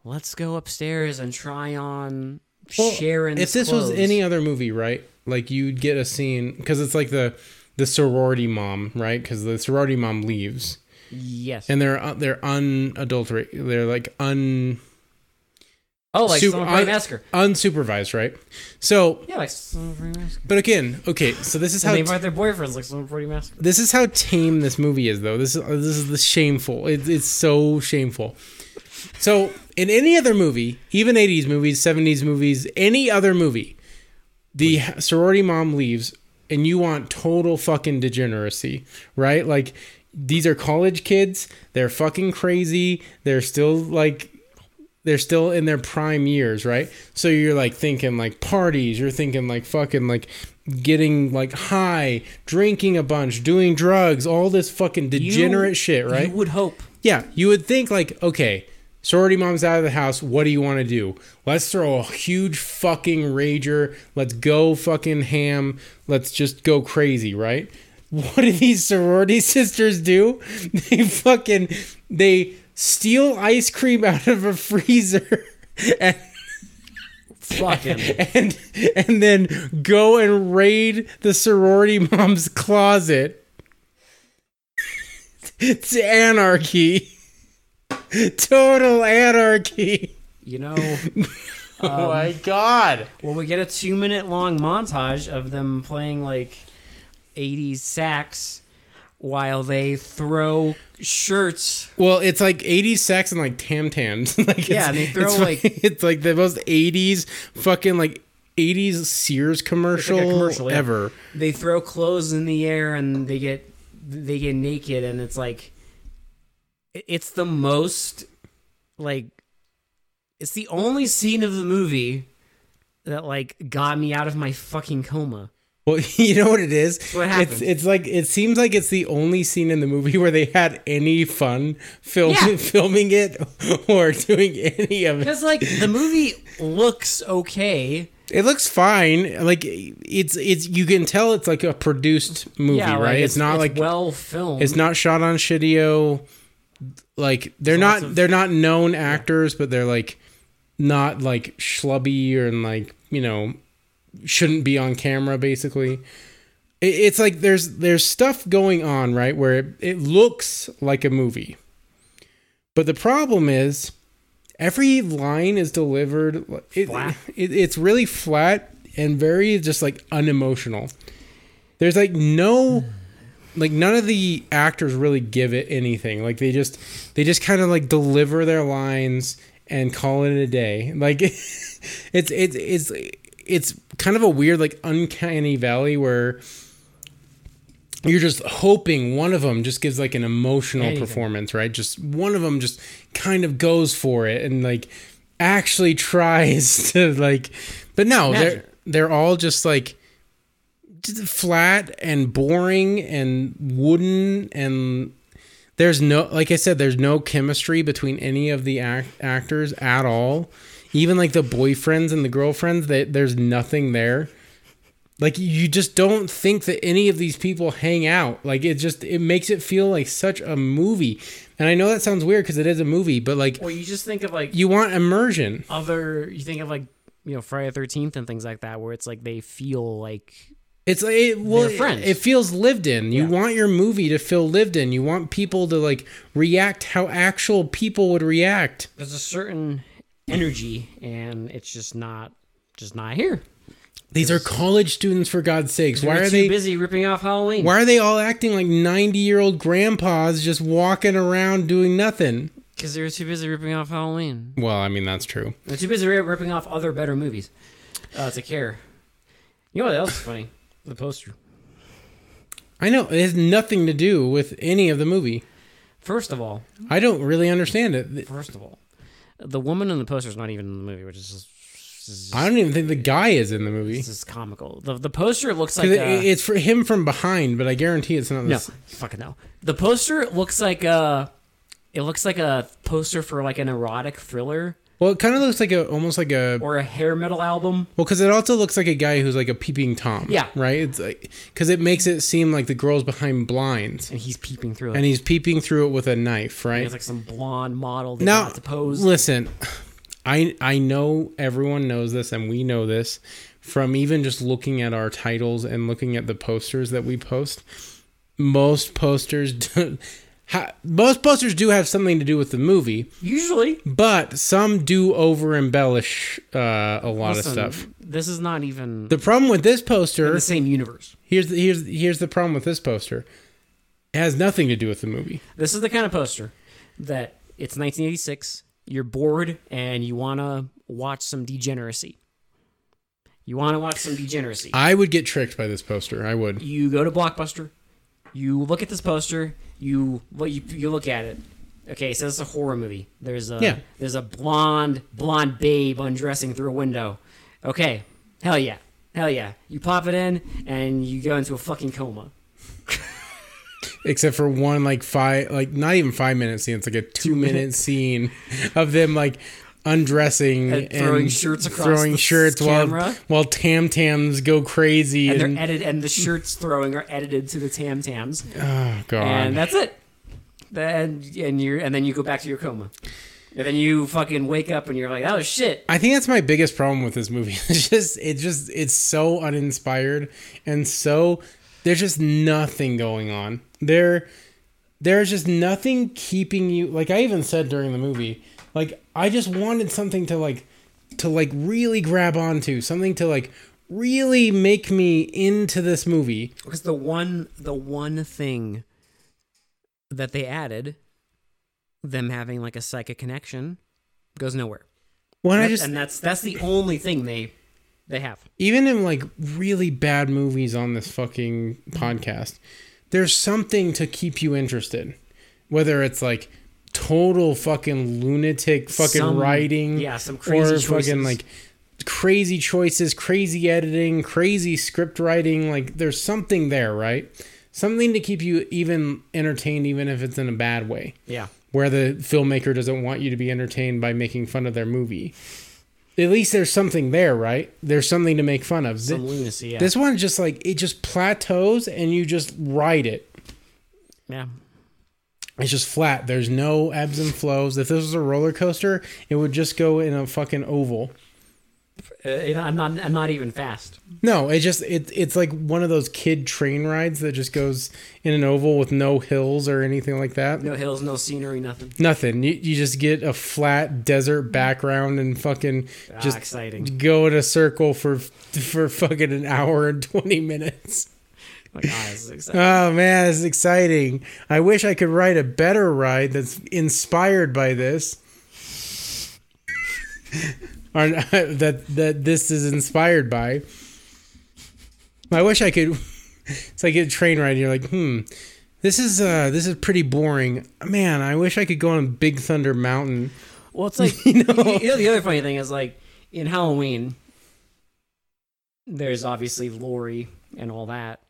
D: let's go upstairs and try on
C: Well,
D: Sharon's."
C: If this was
D: clothes."
C: any other movie, right? Like you'd get a scene because it's like the the sorority mom, right? Because the sorority mom leaves,
D: yes,
C: and they're uh, they're unadulterated. They're like un
D: oh, like
C: super-
D: someone probably
C: un-
D: asked her.
C: unsupervised, right? So,
D: Yeah, like someone probably asked her.
C: but again, okay. So this is
D: And
C: how
D: they invite their boyfriends like someone pretty mask.
C: this is how tame this movie is though this is this is the shameful it, it's so shameful so in any other movie even 80s movies 70s movies any other movie the sorority mom leaves and you want total fucking degeneracy right like these are college kids they're fucking crazy they're still like they're still in their prime years, right? So you're like thinking like parties, you're thinking like fucking like getting like high, drinking a bunch, doing drugs, all this fucking degenerate
D: You-
C: shit, right?
D: You would hope.
C: yeah, you would think like, okay, sorority mom's out of the house. What do you want to do? Let's throw a huge fucking rager. Let's go fucking ham. Let's just go crazy, right? What do these sorority sisters do? They fucking they steal ice cream out of a freezer and
D: Fucking.
C: and and then go and raid the sorority mom's closet. It's anarchy. Total anarchy.
D: you know,
C: oh my god.
D: well, we get a two minute long montage of them playing like 80s sax while they throw shirts.
C: Well, it's like 80s sex and like tam tams. like
D: Yeah,
C: it's-
D: they throw,
C: it's
D: like-
C: fucking- it's like the most 80s fucking like 80s Sears commercial,
D: commercial, yeah.
C: ever.
D: They throw clothes in the air and they get they get naked and it's like it- it's the most like it's the only scene of the movie that like got me out of my fucking coma.
C: Well, you know what it is?
D: What
C: it's
D: happened?
C: it's like it seems like it's the only scene in the movie where they had any fun film,
D: Yeah.
C: filming it or doing any of it.
D: Because like the movie looks okay.
C: It looks fine. Like it's it's you can tell it's like a produced movie,
D: yeah,
C: right? It's, not like
D: well filmed.
C: it's not shot on Shidio. Like they're not
D: lots of-
C: they're not known actors, but they're like not like schlubby or and like you know shouldn't be on camera basically. It, it's like there's there's stuff going on right where it, it looks like a movie, but the problem is every line is delivered like, it,
D: Flat.
C: it, it's really flat and very just like unemotional. There's like no like none of the actors really give it anything. Like they just they just kind of like deliver their lines and call it a day. Like it's it's it's it's kind of a weird like uncanny valley where you're just hoping one of them just gives like an emotional
D: Anything.
C: performance, right? Just one of them just kind of goes for it and like actually tries to like but no, they're
D: Magic.
C: they're all just like just flat and boring and wooden and there's no like i said there's no chemistry between any of the act- actors at all even like the boyfriends and the girlfriends that there's nothing there like you just don't think that any of these people hang out like it just it makes it feel like such a movie and i know that sounds weird because it is a movie but like
D: Well, you just think of like
C: you want immersion
D: other. You think of like you know Friday the Thirteenth and things like that, where it's like they feel like
C: It's like it, well,
D: They're friends.
C: It, it feels lived in. You
D: Yeah.
C: want your movie to feel lived in. You want people to like react how actual people would react.
D: there's a certain energy, and it's just not just not here.
C: These are college students, for God's sakes. Why
D: They're
C: are
D: too
C: they?
D: busy ripping off Halloween?
C: Why are they all acting like ninety-year-old grandpas just walking around doing nothing?
D: Because they're too busy ripping off Halloween.
C: Well, I mean that's true.
D: They're too busy ri- ripping off other better movies uh, to care. You know what else is funny? The poster.
C: I know it has nothing to do with any of the movie.
D: First of all,
C: I don't really understand it.
D: first of all, the woman in the poster is not even in the movie, which is just, it's
C: I don't even think the guy is in the movie.
D: just, just comical. The, the poster looks
C: 'Cause
D: like
C: it-
D: uh,
C: it's for him from behind, but I guarantee it's not.
D: No,
C: This.
D: fucking no. The poster looks like a. It looks like a poster for like an erotic thriller
C: Well, it kind of looks like a almost like a
D: or a hair metal album.
C: Well, because it also looks like a guy who's like a peeping tom.
D: Yeah.
C: Right. It's like because it makes it seem like the girl's behind blinds
D: And he's peeping through it.
C: and
D: And
C: he's peeping through it with a knife. Right.
D: he's like some blonde model that
C: now,
D: got to pose.
C: listen, I I know everyone knows this and we know this from even just looking at our titles and looking at the posters that we post. Most posters, do, ha, most posters do have something to do with the movie,
D: Usually,
C: but some do over embellish uh, a lot
D: listen,
C: of stuff.
D: This is not even
C: The problem with this poster
D: the same universe.
C: Here's the, here's here's the problem with this poster. It has nothing to do with the movie.
D: This is the kind of poster that it's 1986. You're bored and you want to watch some degeneracy. You want to watch some degeneracy.
C: I would get tricked by this poster. I would.
D: you go to Blockbuster, you look at this poster, you well, you, you look at it, Okay, so it's a horror movie. There's a
C: Yeah.
D: there's a blonde blonde babe undressing through a window. Okay, hell yeah, hell yeah. You pop it in and you go into a fucking coma.
C: except for one like five like not even five minute scene it's like a two minute scene of them like undressing
D: And throwing shirts across
C: throwing
D: the
C: shirts while
D: camera.
C: while tam tams go crazy
D: And
C: and,
D: they're edited, and the shirts throwing are edited to the tam tams,
C: oh god
D: and that's it. Then and you and then you go back to your coma, and then you fucking wake up and you're like, oh shit.
C: I think that's my biggest problem with this movie. It's just it just it's so uninspired and so there's just nothing going on. There there's just nothing keeping you like I even said during the movie, like I just wanted something to like to like really grab onto, something to like really make me into this movie.
D: Because the one the one thing that they added, them having like a psychic connection, goes nowhere.
C: When I
D: That-
C: just
D: and that's that's the only thing they they have.
C: even in like really bad movies on this fucking podcast, there's something to keep you interested. Whether it's like total fucking lunatic fucking
D: Some-
C: writing,
D: yeah, some crazy
C: or
D: choices.
C: fucking like crazy choices, crazy editing, crazy script writing. Like there's something there, right? Something to keep you even entertained, even if it's in a bad way
D: Yeah.
C: where the filmmaker doesn't want you to be entertained by making fun of their movie. At least there's something there, right? There's something to make fun of. Th-
D: Some lunacy, yeah.
C: This one just like it just plateaus and you just ride it.
D: Yeah.
C: It's just flat. There's no ebbs and flows. If this was a roller coaster, it would just go in a fucking oval.
D: Uh, you know, I'm not I'm not even fast.
C: No, it just it it's like one of those kid train rides that just goes in an oval with no hills or anything like that.
D: No hills, no scenery, nothing.
C: Nothing. You, you just get a flat desert background and fucking
D: Ah,
C: just
D: exciting.
C: go in a circle for for fucking an hour and 20 minutes.
D: Like, ah, this is exciting.
C: Oh man, this is exciting. I wish I could write a better ride that's inspired by this. or that that this is inspired by. I wish I could it's like a train ride and you're like, "Hmm, this is uh this is pretty boring. Man, I wish I could go on Big Thunder Mountain."
D: Well, it's like you know, the other funny thing is like in Halloween, there's obviously Lori and all that,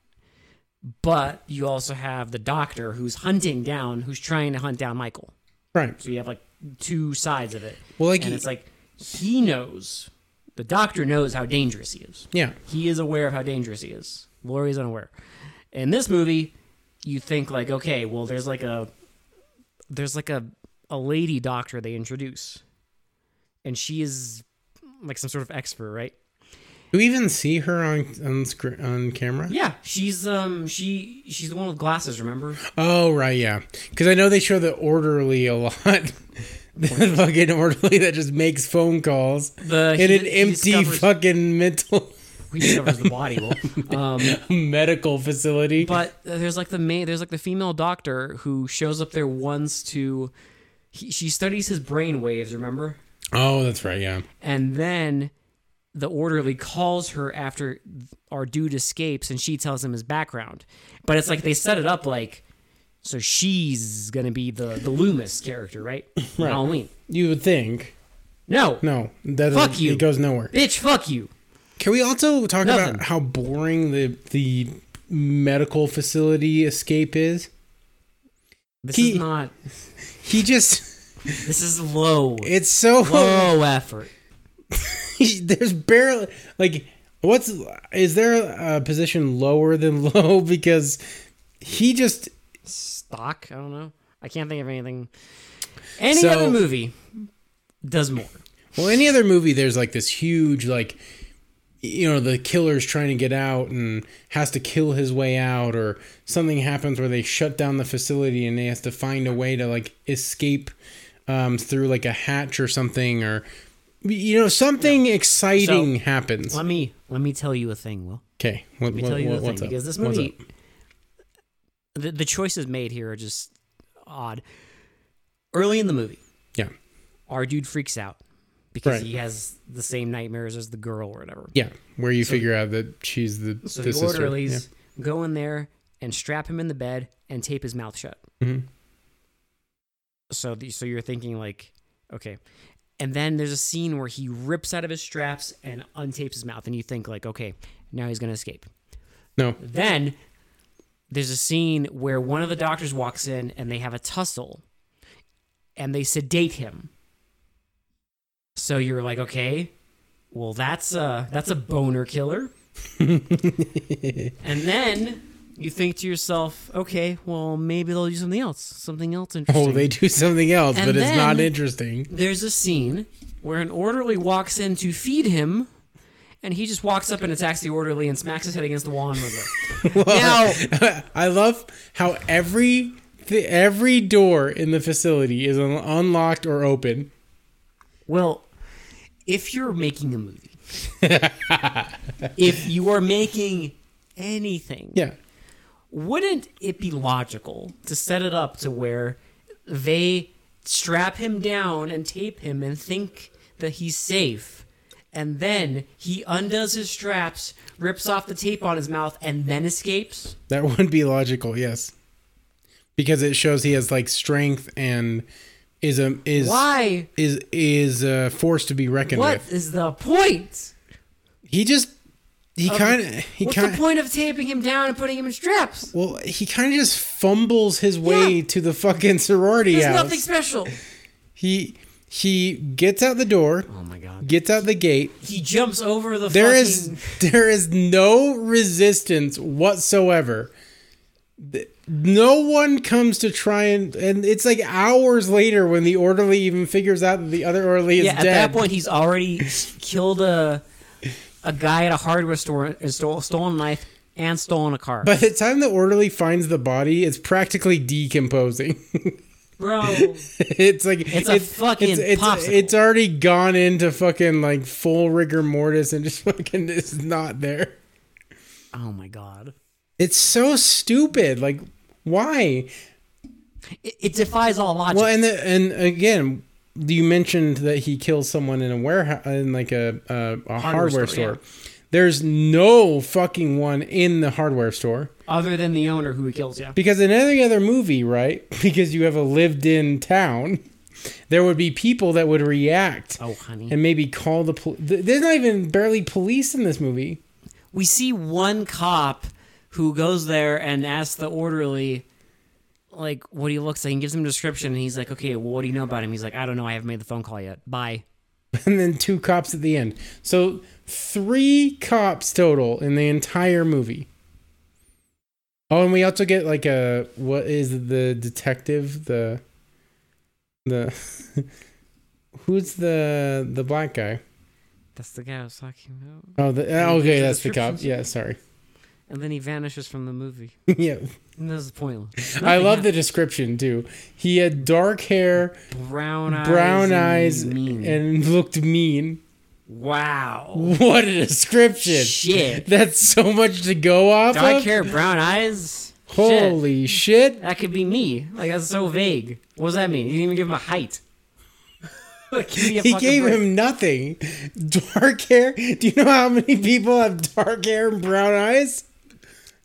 D: but you also have the doctor who's hunting down, who's trying to hunt down Michael.
C: Right.
D: So you have like two sides of it.
C: Well, like
D: and
C: he-
D: it's like he knows, the doctor knows how dangerous he is.
C: Yeah.
D: He is aware of how dangerous he is. Lori's unaware. In this movie, you think like, okay, well, there's like a there's like a a lady doctor they introduce, and she is like some sort of expert, right?
C: Do we even see her on on, screen, on camera?
D: Yeah, she's um she she's the one with glasses. Remember?
C: Oh right, yeah. Because I know they show the orderly a lot. the fucking orderly that just makes phone calls
D: The
C: in
D: he-
C: an
D: he
C: empty
D: discovers-
C: fucking mental
D: He discovers the body. Well, um,
C: medical facility.
D: but there's like the main there's like the female doctor who shows up there once to he, she studies his brain waves. Remember?
C: oh, that's right, yeah.
D: And then the orderly calls her after our dude escapes and she tells him his background. But it's like they set it up like so she's gonna be the, the Loomis character, right? right. Halloween.
C: You would think.
D: No.
C: No, that
D: Fuck
C: it,
D: you.
C: It goes nowhere.
D: Bitch, fuck you.
C: Can we also talk about
D: Nothing.
C: how boring the the medical facility escape is?
D: This
C: He-
D: is not
C: He just
D: this is low.
C: it's so
D: low effort.
C: there's barely like what's is there a position lower than low because he just
D: Stock, I don't know. I can't think of anything. Any
C: So-
D: other movie does more.
C: well any other movie there's like this huge like you know the killer's trying to get out and has to kill his way out or something happens where they shut down the facility and they has to find a way to like escape um, through like a hatch or something or you know something exciting happens
D: Let me let me tell you a thing, Will.
C: okay what,
D: Let me
C: what-
D: tell you
C: what-
D: the thing
C: what's up?
D: because this
C: What's
D: movie,
C: up?
D: the, the choices made here are just odd. Early in the movie,
C: yeah
D: our dude freaks out because
C: Right.
D: he has the same nightmares as the girl or whatever.
C: yeah where you figure out that she's the,
D: So
C: the
D: the,
C: sister. Yeah.
D: orderlies
C: Mm-hmm.
D: go in there and strap him in the bed and tape his mouth shut. So the, so you're thinking like, okay. And then there's a scene where he rips out of his straps and untapes his mouth, and you think like, okay, now he's gonna escape.
C: No.
D: Then there's a scene where one of the doctors walks in and they have a tussle and they sedate him. So you're like, okay, well that's a that's a boner killer. and then you think to yourself, okay, well maybe they'll do something else, something else interesting.
C: Oh, they do something else,
D: And
C: but it's not
D: then-
C: interesting.
D: There's a scene where an orderly walks in to feed him, and he just walks up and attacks the orderly and smacks his head against the wall and runs away. now,
C: I love how every th- every door in the facility is un- unlocked or open.
D: Well, if you're making a movie, if you are making anything,
C: Yeah.
D: wouldn't it be logical to set it up to where they strap him down and tape him and think that he's safe? And then he undoes his straps, rips off the tape on his mouth, and then escapes.
C: That would be logical, yes. Because it shows he has like strength and is a is
D: Why?
C: is is a force to be reckoned
D: What
C: with.
D: is the point?
C: He just he kind of he
D: What's
C: kind
D: the
C: of
D: point of taping him down and putting him in straps?
C: well he kind of just fumbles his way
D: Yeah.
C: to the fucking sorority
D: There's
C: house.
D: nothing special.
C: He he gets out the door,
D: Oh my god.
C: gets out the gate.
D: he jumps over the
C: There
D: fucking,
C: is there is no resistance whatsoever. Th- No one comes to try and and it's like hours later when the orderly even figures out that the other orderly is
D: yeah at
C: dead.
D: that point he's already s- killed a a guy at a hardware store and stole, stolen a knife and stolen a car
C: By the time the orderly finds the body, it's practically decomposing.
D: bro
C: it's like it's
D: a fucking
C: it's,
D: popsicle.
C: it's already gone into fucking like full rigor mortis and just fucking it's not there.
D: oh my god
C: It's so stupid. Like why?
D: it, it defies all logic
C: Well, and the, and again, you mentioned that he kills someone in a warehouse, in like a a, a hardware
D: store,
C: store. There's no fucking one in the hardware store
D: other than the owner who he kills yeah
C: because in every other movie, right? Because you have a lived-in town, there would be people that would react
D: oh honey
C: Mm-hmm. and maybe call the police. There's not even barely police in this movie.
D: we see one cop who goes there and asks the orderly like what he looks like and gives him a description and he's like okay well, what do you know about him he's like i don't know i haven't made the phone call yet bye
C: And then two cops at the end. So three cops total in the entire movie. Oh, and we also get like a what is the detective the the who's the the black guy?
D: that's the guy i was talking about
C: Oh, the, uh, okay,
D: the
C: that's the cop.
D: descriptions?
C: Yeah, sorry.
D: and then he vanishes from the movie
C: yeah,
D: And This is pointless.
C: I love the description too. He had dark hair,
D: brown eyes.
C: brown
D: and
C: eyes,
D: mean.
C: and looked mean.
D: wow.
C: What a description!
D: Shit.
C: that's so much to go off
D: Dark
C: of.
D: hair, brown eyes. Shit.
C: Holy shit.
D: that could be me. Like that's so vague. What does that mean? You didn't even give him a height. Like, give me a
C: He
D: fucking
C: gave
D: break.
C: him nothing. Dark hair. Do you know how many people have dark hair and brown eyes?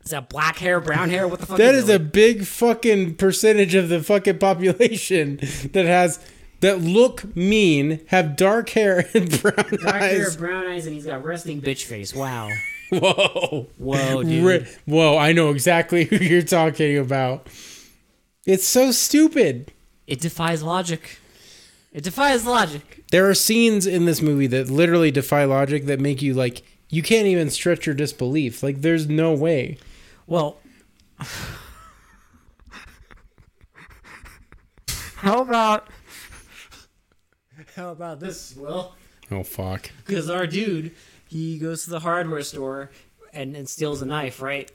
D: Is that black hair, brown hair? What the fuck?
C: That
D: is
C: is a big fucking percentage of the fucking population that has that look mean, have dark hair and brown
D: black hair,
C: eyes.
D: brown eyes, and he's got resting bitch face. Wow.
C: Whoa.
D: Whoa, dude.
C: Ri- Whoa, I know exactly who you're talking about. It's so stupid.
D: It defies logic. It defies logic.
C: There are scenes in this movie that literally defy logic that make you like you can't even stretch your disbelief. Like there's no way.
D: Well, how about how about this? Well,
C: Oh fuck.
D: because our dude, he goes to the hardware store and, and steals a knife, right?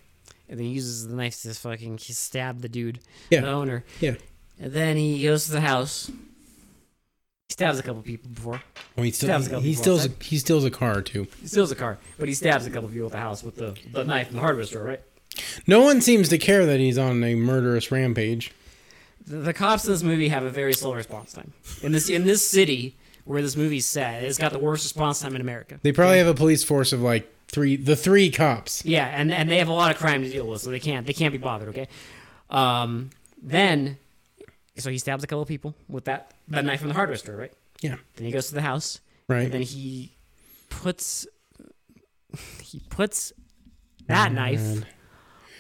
D: And then he uses the knife to fucking stab the dude,
C: Yeah.
D: the owner.
C: Yeah.
D: And then he goes to the house. He stabs a couple people before.
C: Well, he still
D: Stabs a
C: he,
D: couple
C: he
D: people
C: steals a, he steals a car too.
D: He steals a car, but he stabs a couple people at the house with the, the knife in the hardware store, right?
C: No one seems to care that he's on a murderous rampage.
D: The, the cops in this movie have a very slow response time. In this in this city where this movie's set, it's got the worst response time in America.
C: They probably have a police force of like three the three cops.
D: Yeah, and, and they have a lot of crime to deal with, so they can't they can't be bothered. Okay, um, then So he stabs a couple of people with that that knife from the hardware store, right?
C: Yeah.
D: Then he goes to the house.
C: Right.
D: And then he puts he puts that knife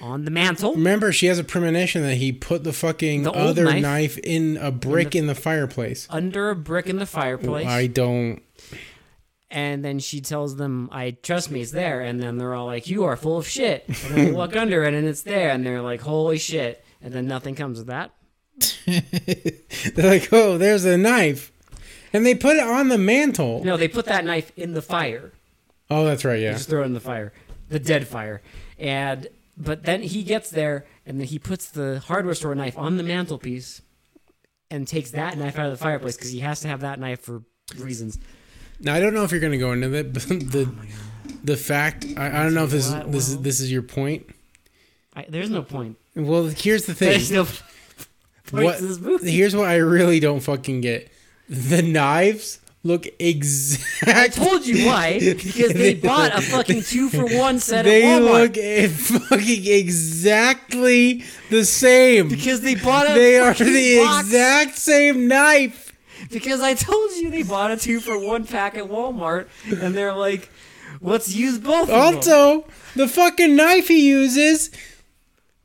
D: on the mantle.
C: Remember, she has a premonition that he put the fucking
D: The old
C: other knife.
D: knife-
C: in a brick in the, fireplace.
D: Under a brick in the fireplace,
C: I don't.
D: and then she tells them, "I trust me, it's there." And then they're all like, "You are full of shit." And then they look under it, and it's there, and they're like, "Holy shit!" And then nothing comes of that.
C: They're like, oh, there's a knife, and they put it on the mantle.
D: No, they put that knife in the fire.
C: Oh, that's right. Yeah.
D: just throw it in the fire, the dead fire. And but then he gets there and then he puts the hardware store knife on the mantelpiece and takes that knife out of the fireplace because he has to have that knife for reasons.
C: Now I don't know if you're going to go into that, but
D: Oh
C: the the fact I, I don't know if this is, this is this is your point.
D: I, there's no point.
C: Well, here's the thing.
D: There's no point
C: what,
D: to this movie.
C: here's what I really don't fucking get. The knives look
D: I
C: exact.
D: told you why because they bought a fucking two for one set at
C: They
D: Walmart
C: look e- fucking exactly the same.
D: because they bought a
C: they are
D: fucking
C: the
D: box
C: exact same knife.
D: Because I told you they bought a two for one pack at Walmart and they're like, let's use both. of them.
C: Also, the fucking knife he uses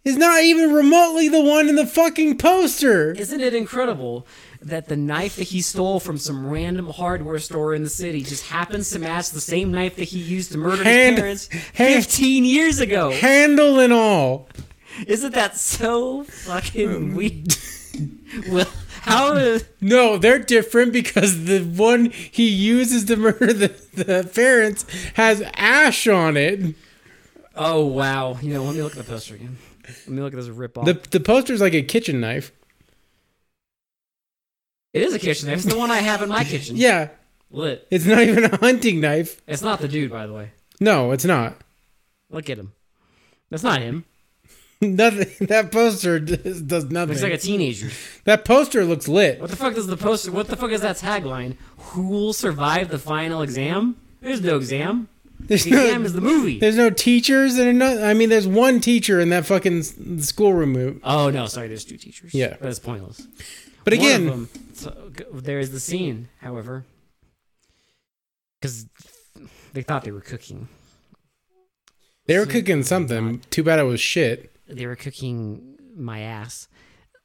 C: is not even remotely the one in the fucking poster.
D: Isn't it incredible that the knife that he stole from some random hardware store in the city just happens to match the same knife that he used to murder
C: Hand-
D: his parents
C: hand-
D: 15 years ago?
C: Handle and all.
D: Isn't that so
C: Um.
D: fucking weird? well, how is.
C: No, they're different because the one he uses to murder the, the parents has ash on it.
D: Oh, wow. You know, let me look at the poster again. Let me look at this ripoff.
C: The the poster's like a kitchen knife.
D: it is a kitchen knife. It's the one I have in my kitchen.
C: Yeah,
D: Lit.
C: it's not even a hunting knife.
D: It's not the dude, by the way.
C: No, it's not.
D: Look at him. That's not him.
C: Nothing. That poster does does nothing.
D: Looks like a teenager.
C: that poster looks lit.
D: What the fuck does the poster? What the fuck is that tagline? Who will survive the final exam? There's no exam.
C: There's
D: The exam
C: no,
D: is the movie.
C: there's no teachers and no, I mean, there's one teacher in that fucking s- schoolroom move.
D: Oh no, sorry. There's two teachers.
C: Yeah.
D: but it's pointless. One
C: But
D: of
C: again,
D: them- so, g- there is the scene, however, because they thought they were cooking.
C: they were
D: so-
C: cooking something. Too bad it was shit.
D: They were cooking my ass.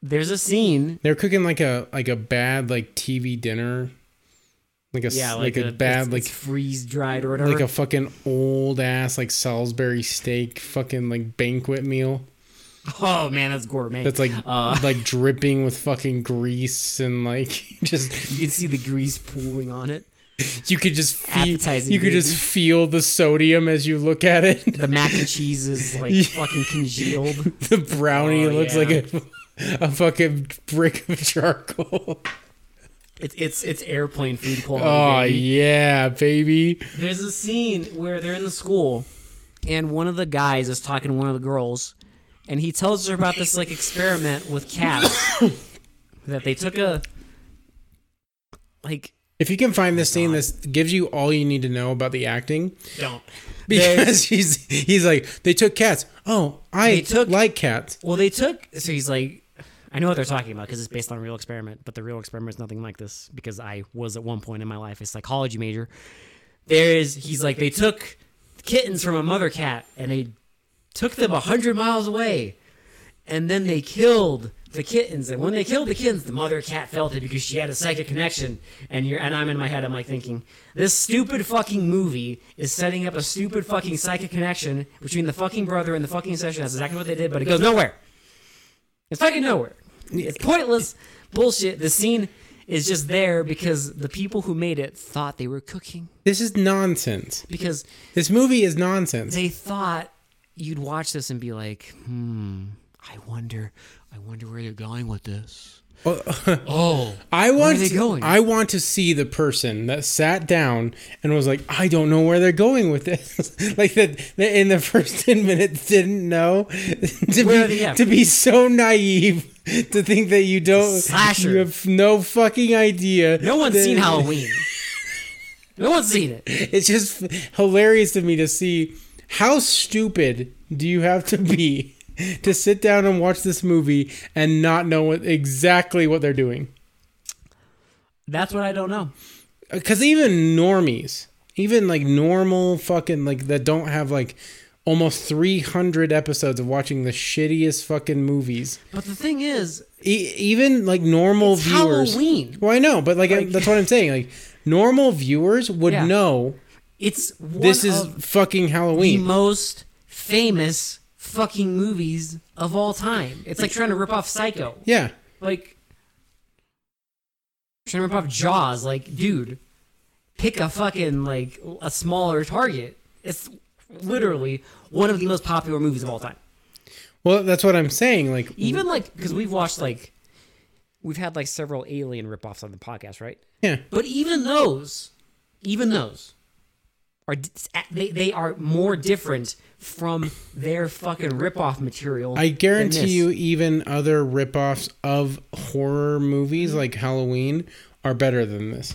D: There's a scene.
C: They were cooking like a like a bad like TV dinner, like a s-
D: Yeah, like,
C: like, a,
D: it's-
C: bad
D: it's freeze dried or
C: like
D: whatever.
C: like a fucking old ass like Salisbury steak fucking like banquet meal.
D: oh man, that's gourmet.
C: that's like
D: Uh,
C: like dripping with fucking grease and like just
D: you can see the grease pooling on it.
C: you could just feel
D: Appetizing
C: you could just
D: grease.
C: feel the sodium as you look at it.
D: The mac and cheese is like
C: Yeah.
D: fucking congealed.
C: The brownie
D: Oh,
C: looks
D: yeah.
C: like a a fucking brick of charcoal.
D: It's it's it's airplane food quality.
C: Oh
D: baby.
C: yeah, baby.
D: There's a scene where they're in the school, and one of the guys is talking to one of the girls, and he tells her about this like experiment with cats that they took a like
C: If you can find this scene, this gives you all you need to know about the acting.
D: don't.
C: Because he's he's like they took cats. Oh, I
D: They took-
C: like cats.
D: Well, they took so he's like. I know what they're talking about because it's based on a real experiment, but the real experiment is nothing like this because I was at one point in my life a psychology major. There is, he's like, they took kittens from a mother cat and they took them 100 miles away and then they killed the kittens. And when they killed the kittens, the mother cat felt it because she had a psychic connection. And you're and I'm in my head, I'm like thinking, this stupid fucking movie is setting up a stupid fucking psychic connection between the fucking brother and the fucking session. That's exactly what they did, but it goes nowhere. It's fucking nowhere. It's pointless bullshit. The scene is just there because the people who made it thought they were cooking.
C: This is nonsense.
D: Because
C: This movie is nonsense.
D: they thought you'd watch this and be like, hmm, I wonder, I wonder where they're going with this.
C: Uh,
D: Oh,
C: I want
D: they
C: to,
D: going?
C: I want to see the person that sat down and was like, I don't know where they're going with this. like that that in the first ten minutes didn't know to
D: Where
C: be
D: they at?
C: to be so naive to think that you don't
D: Slasher.
C: you have no fucking idea.
D: no one's
C: that-
D: seen Halloween. No one's seen it.
C: It's just hilarious to me to see how stupid do you have to be to sit down and watch this movie and not know what, exactly what they're doing.
D: That's what I don't know.
C: because even normies, even like normal fucking like that don't have like almost 300 episodes of watching the shittiest fucking movies.
D: But the thing is,
C: E- even like normal
D: It's
C: viewers.
D: Halloween.
C: Well, I know, but like, I-
D: Like-
C: that's what I'm saying. Like normal viewers would
D: Yeah.
C: know
D: it's one
C: this is
D: of
C: fucking
D: the
C: Halloween.
D: most famous fucking movies of all time. It's like trying to rip off Psycho.
C: yeah.
D: Like trying to rip off Jaws. Like, dude, pick a fucking like a smaller target. It's literally one of the most popular movies of all time.
C: Well, that's what I'm saying. Like
D: Even like because we've watched like Mm-hmm. we've had like several Alien ripoffs on the podcast, right?
C: yeah.
D: But even those, even those, are d- they, they are more different from their fucking ripoff material.
C: I
D: than
C: guarantee
D: this.
C: you, even other ripoffs of horror movies like Halloween are better than this.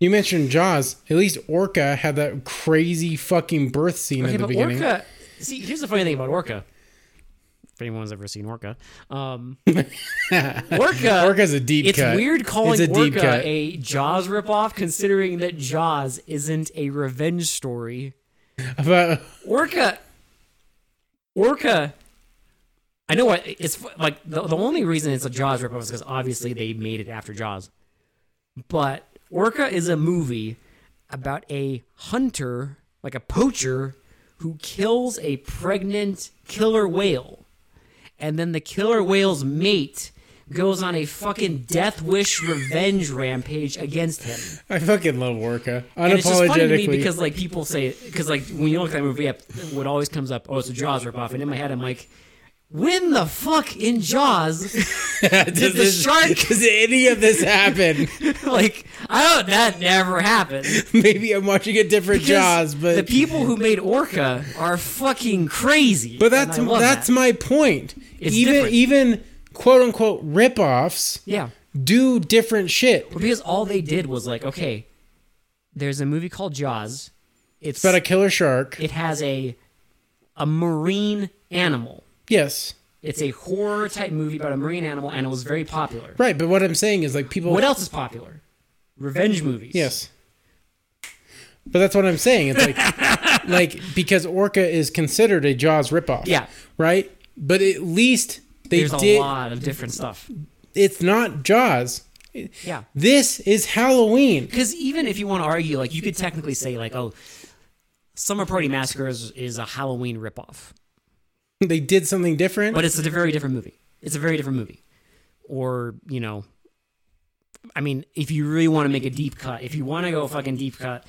C: You mentioned Jaws. At least Orca had that crazy fucking birth scene
D: Okay,
C: at the
D: but
C: beginning.
D: Orca. See, here's the funny thing about Orca. If anyone's ever seen Orca, um, Orca,
C: Orca's a deep
D: it's
C: cut.
D: weird calling
C: It's a deep
D: Orca
C: cut.
D: a Jaws ripoff, considering that Jaws isn't a revenge story.
C: About-
D: Orca. Orca. I know what it's like. The, the only reason it's a Jaws ripoff is because obviously they made it after Jaws. But Orca is a movie about a hunter, like a poacher, who kills a pregnant killer whale. And then the killer whale's mate goes on a fucking death wish revenge rampage against him.
C: I fucking love Orca.
D: And it's just funny to me
C: Unapologetically.
D: because like people say because like when you look at that movie up, what always comes up, oh, it's a Jaws ripoff, and in my head I'm like, when the fuck in Jaws?
C: does
D: the shark-
C: Does any of this happen?
D: like I don't that never happened.
C: Maybe I'm watching a different Jaws, but
D: the people who made Orca are fucking crazy.
C: But that's
D: and I love
C: that's
D: that.
C: my point.
D: It's
C: even
D: different.
C: even quote unquote ripoffs
D: yeah.
C: do different shit.
D: But because all they did was like, okay, there's a movie called Jaws. It's
C: About a killer shark.
D: it has a a marine animal.
C: Yes.
D: It's a horror type movie about a marine animal, and it was very popular.
C: Right, but what I'm saying is like people.
D: What else is popular? Revenge movies.
C: Yes. But that's what I'm saying. It's like, like because Orca is considered a Jaws ripoff.
D: Yeah.
C: Right. But at least they
D: There's
C: did.
D: a lot of different stuff.
C: It's not Jaws.
D: Yeah.
C: This is Halloween.
D: Because even if you want to argue, like, you could technically say, like, oh, Summer Party Massacre is, is a Halloween ripoff,
C: They did something different.
D: but it's a very different movie. It's a very different movie. Or, you know, I mean, if you really want to make a deep cut, if you want to go fucking deep cut,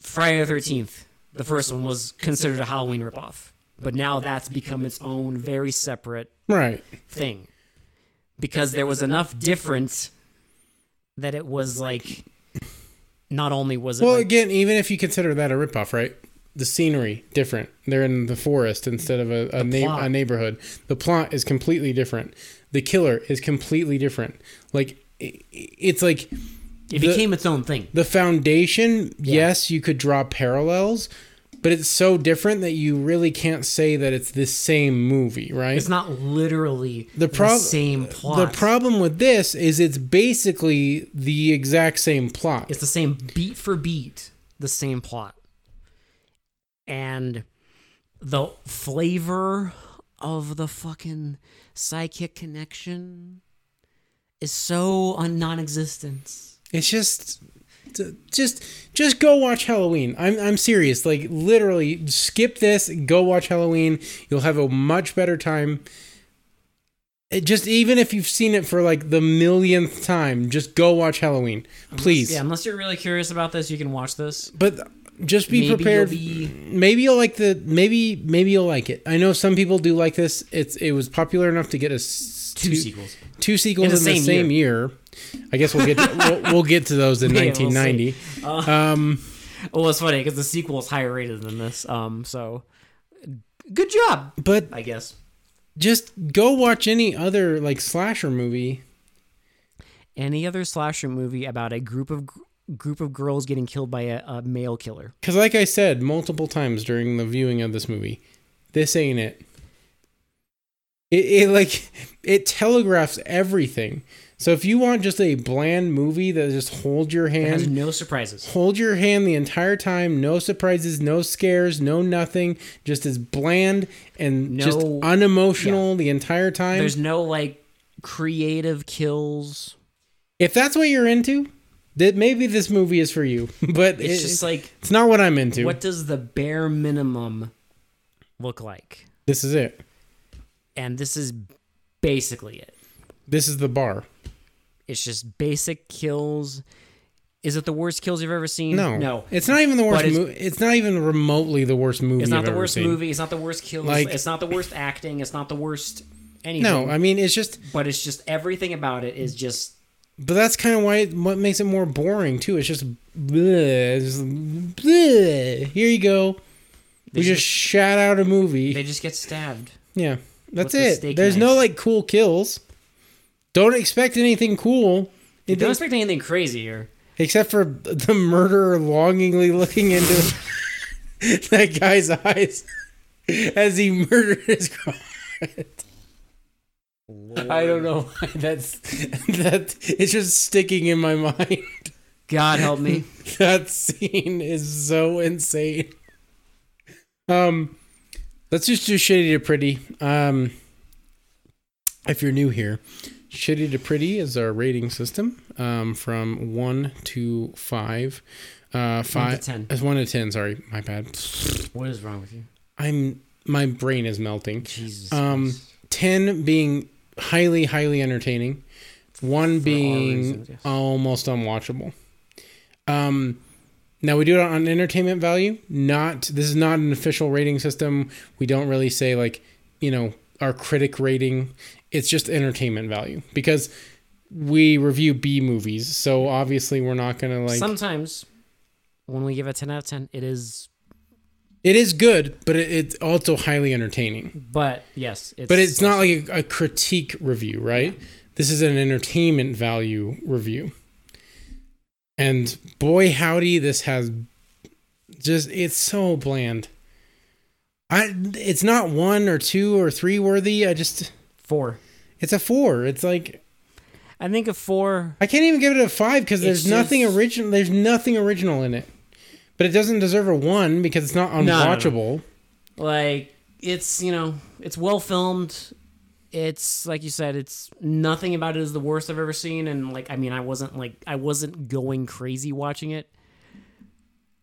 D: Friday the 13th, the first one was considered a Halloween ripoff. But now that's become its own very separate
C: right.
D: thing because there was enough difference that it was like not only was it
C: Well,
D: like-
C: again, even if you consider that a ripoff, right? The scenery different. They're in the forest instead of a a, na-
D: plot.
C: a neighborhood. The plot is completely different. The killer is completely different. Like i- i- it's like
D: it became its own thing.
C: the foundation yes you could draw parallels but it's so different that you really can't say that it's the same movie right
D: It's not literally the,
C: the, prob-
D: same plot.
C: the problem with this is it's basically the exact same plot
D: it's the same beat for beat, the same plot. And the flavor of the fucking psychic connection is so un- non-existent.
C: It's just t- just just go watch Halloween. I'm I'm serious. Like literally skip this, go watch Halloween. You'll have a much better time. It just even if you've seen it for like the millionth time, just go watch Halloween. Please.
D: Yeah, unless you're really curious about this, you can watch this.
C: But just be
D: Maybe
C: prepared.
D: you'll be-
C: Maybe you'll like the maybe maybe you'll like it. I know some people do like this. It's it was popular enough to get us
D: Two sequels.
C: Two sequels
D: In
C: in the
D: the
C: same,
D: same
C: year. I guess we'll get to, we'll, we'll get to those in Um,
D: Yeah, we'll see. Uh.
C: 1990.
D: Well, it's funny because the sequel is higher rated than this. Um, so good job,
C: But
D: I guess.
C: just go watch any other like slasher movie.
D: Any other slasher movie about a group of group of girls getting killed by a, a male killer?
C: Because, like I said multiple times during the viewing of this movie, this ain't it. It, it like it telegraphs everything. So if you want just a bland movie that just holds your
D: It has
C: hand,
D: no surprises.
C: hold your hand the entire time, no surprises, no scares, no nothing, just as bland and just
D: No-
C: unemotional the entire time.
D: There's no like creative kills.
C: if that's what you're into, that maybe this movie is for you. But
D: It's
C: it-
D: just like
C: it's not what I'm into.
D: what does the bare minimum look like?
C: This is it.
D: And this is basically it.
C: This is the bar.
D: It's just basic kills. Is it the worst kills you've ever seen?
C: No,
D: No.
C: it's not even the worst.
D: But it's-
C: movie. it's not even remotely the worst movie.
D: It's not
C: I've
D: the
C: ever
D: worst
C: seen.
D: movie. It's not the worst kills.
C: Like-
D: it's not the worst acting. It's not the worst anything.
C: No, I mean it's just,
D: but it's just everything about it is just
C: but that's kind of why it, what makes it more boring too. It's just, bleh, it's just bleh. here you go. We just,
D: just-
C: shat out a movie.
D: they just get stabbed.
C: yeah, that's
D: with the
C: it.
D: steak
C: There's no
D: knife.
C: like cool kills. Don't expect anything cool.
D: You don't expect anything crazy here.
C: except for the murderer longingly looking into that guy's eyes as he murdered his client. I don't know why that's that it's just sticking in my mind.
D: God help me.
C: That scene is so insane. Um let's just do shitty to pretty. Um if you're new here, shitty to pretty is our rating system um from 1 to 5. Uh 5
D: 10.
C: It's 1 to 10, sorry. My bad.
D: what is wrong with you?
C: I'm my brain is melting.
D: Jesus.
C: Um,
D: Christ.
C: 10 being highly, highly entertaining, one being
D: reasons, yes.
C: almost unwatchable. Um, now we do it on entertainment value. Not this is not an official rating system. We don't really say like you know our critic rating. It's just entertainment value because we review B movies. So obviously we're not gonna like
D: Sometimes when we give a 10 out of 10, it is,
C: it is good, but it, it's also highly entertaining.
D: but yes. It's,
C: But it's not like a, a critique review, right? This is an entertainment value review. And boy howdy, this has just it's so bland. I it's not one or two or three worthy. I just
D: four.
C: it's a four. It's like
D: I think a four.
C: I can't even give it a five because there's
D: It's
C: nothing
D: just-
C: original. There's nothing original in it. But it doesn't deserve a one because it's not
D: no, no.
C: unwatchable.
D: Like, it's, you know, it's well filmed. It's like you said, it's nothing about it is the worst I've ever seen. And like, I mean, I wasn't like, I wasn't going crazy watching it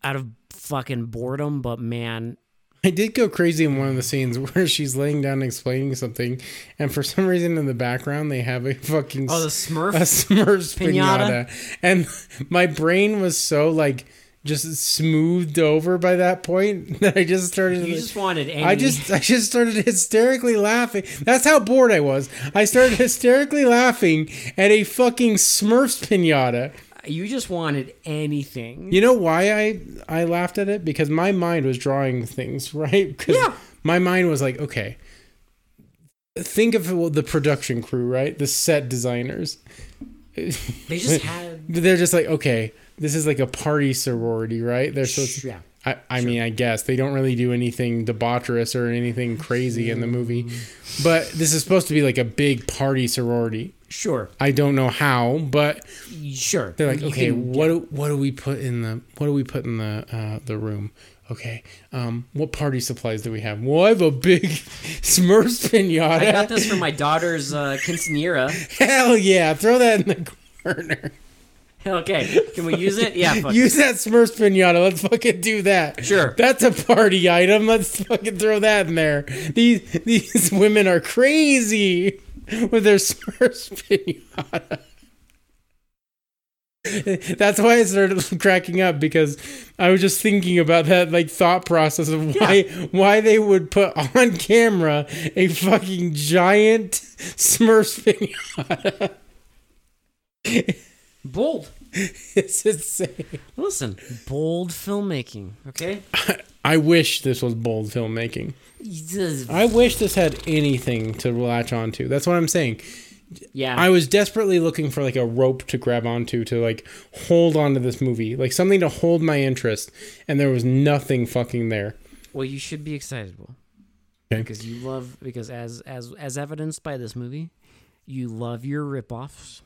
D: out of fucking boredom, but man,
C: I did go crazy in one of the scenes where she's laying down and explaining something, and for some reason in the background they have a fucking
D: oh, the
C: s-
D: Smurf.
C: a Smurfs
D: Pinata.
C: pinata. and my brain was so like just smoothed over by that point that I just started.
D: you just wanted any.
C: I just I just started hysterically laughing. That's how bored I was. I started hysterically laughing at a fucking Smurfs pinata.
D: you just wanted anything.
C: You know why I I laughed at it because my mind was drawing things right. 'Cause
D: Yeah.
C: My mind was like, okay, think of the production crew, right? The set designers.
D: They just had.
C: They're just like, okay, this is like a party sorority, right? They're so.
D: Yeah.
C: I, I mean, I guess they don't really do anything debaucherous or anything crazy in the movie,
D: Hmm.
C: but this is supposed to be like a big party sorority.
D: Sure.
C: I don't know how, but
D: Sure.
C: they're like,
D: You
C: okay,
D: can-
C: what do, what do we put in the what do we put in the uh, the room? Okay, um, what party supplies do we have? Well, I have a big Smurfs pinata.
D: I got this from my daughter's uh, quinceanera.
C: Hell yeah, throw that in the corner.
D: Okay, can we use it? Yeah, fuck.
C: Use that Smurfs pinata. Let's fucking do that.
D: Sure.
C: that's a party item. Let's fucking throw that in there. These these women are crazy with their Smurfs pinata. That's why I started cracking up because I was just thinking about that like thought process of why why they would put on camera a fucking giant Smurfs pinata.
D: bold.
C: It's insane.
D: Listen, bold filmmaking. Okay.
C: I wish this was bold filmmaking.
D: Jesus.
C: I wish this had anything to latch onto. That's what I'm saying.
D: Yeah.
C: I was desperately looking for like a rope to grab onto to like hold onto this movie, like something to hold my interest, and there was nothing fucking there.
D: well, you should be excitable.
C: Okay.
D: because you love because as as as evidenced by this movie, you love your ripoffs.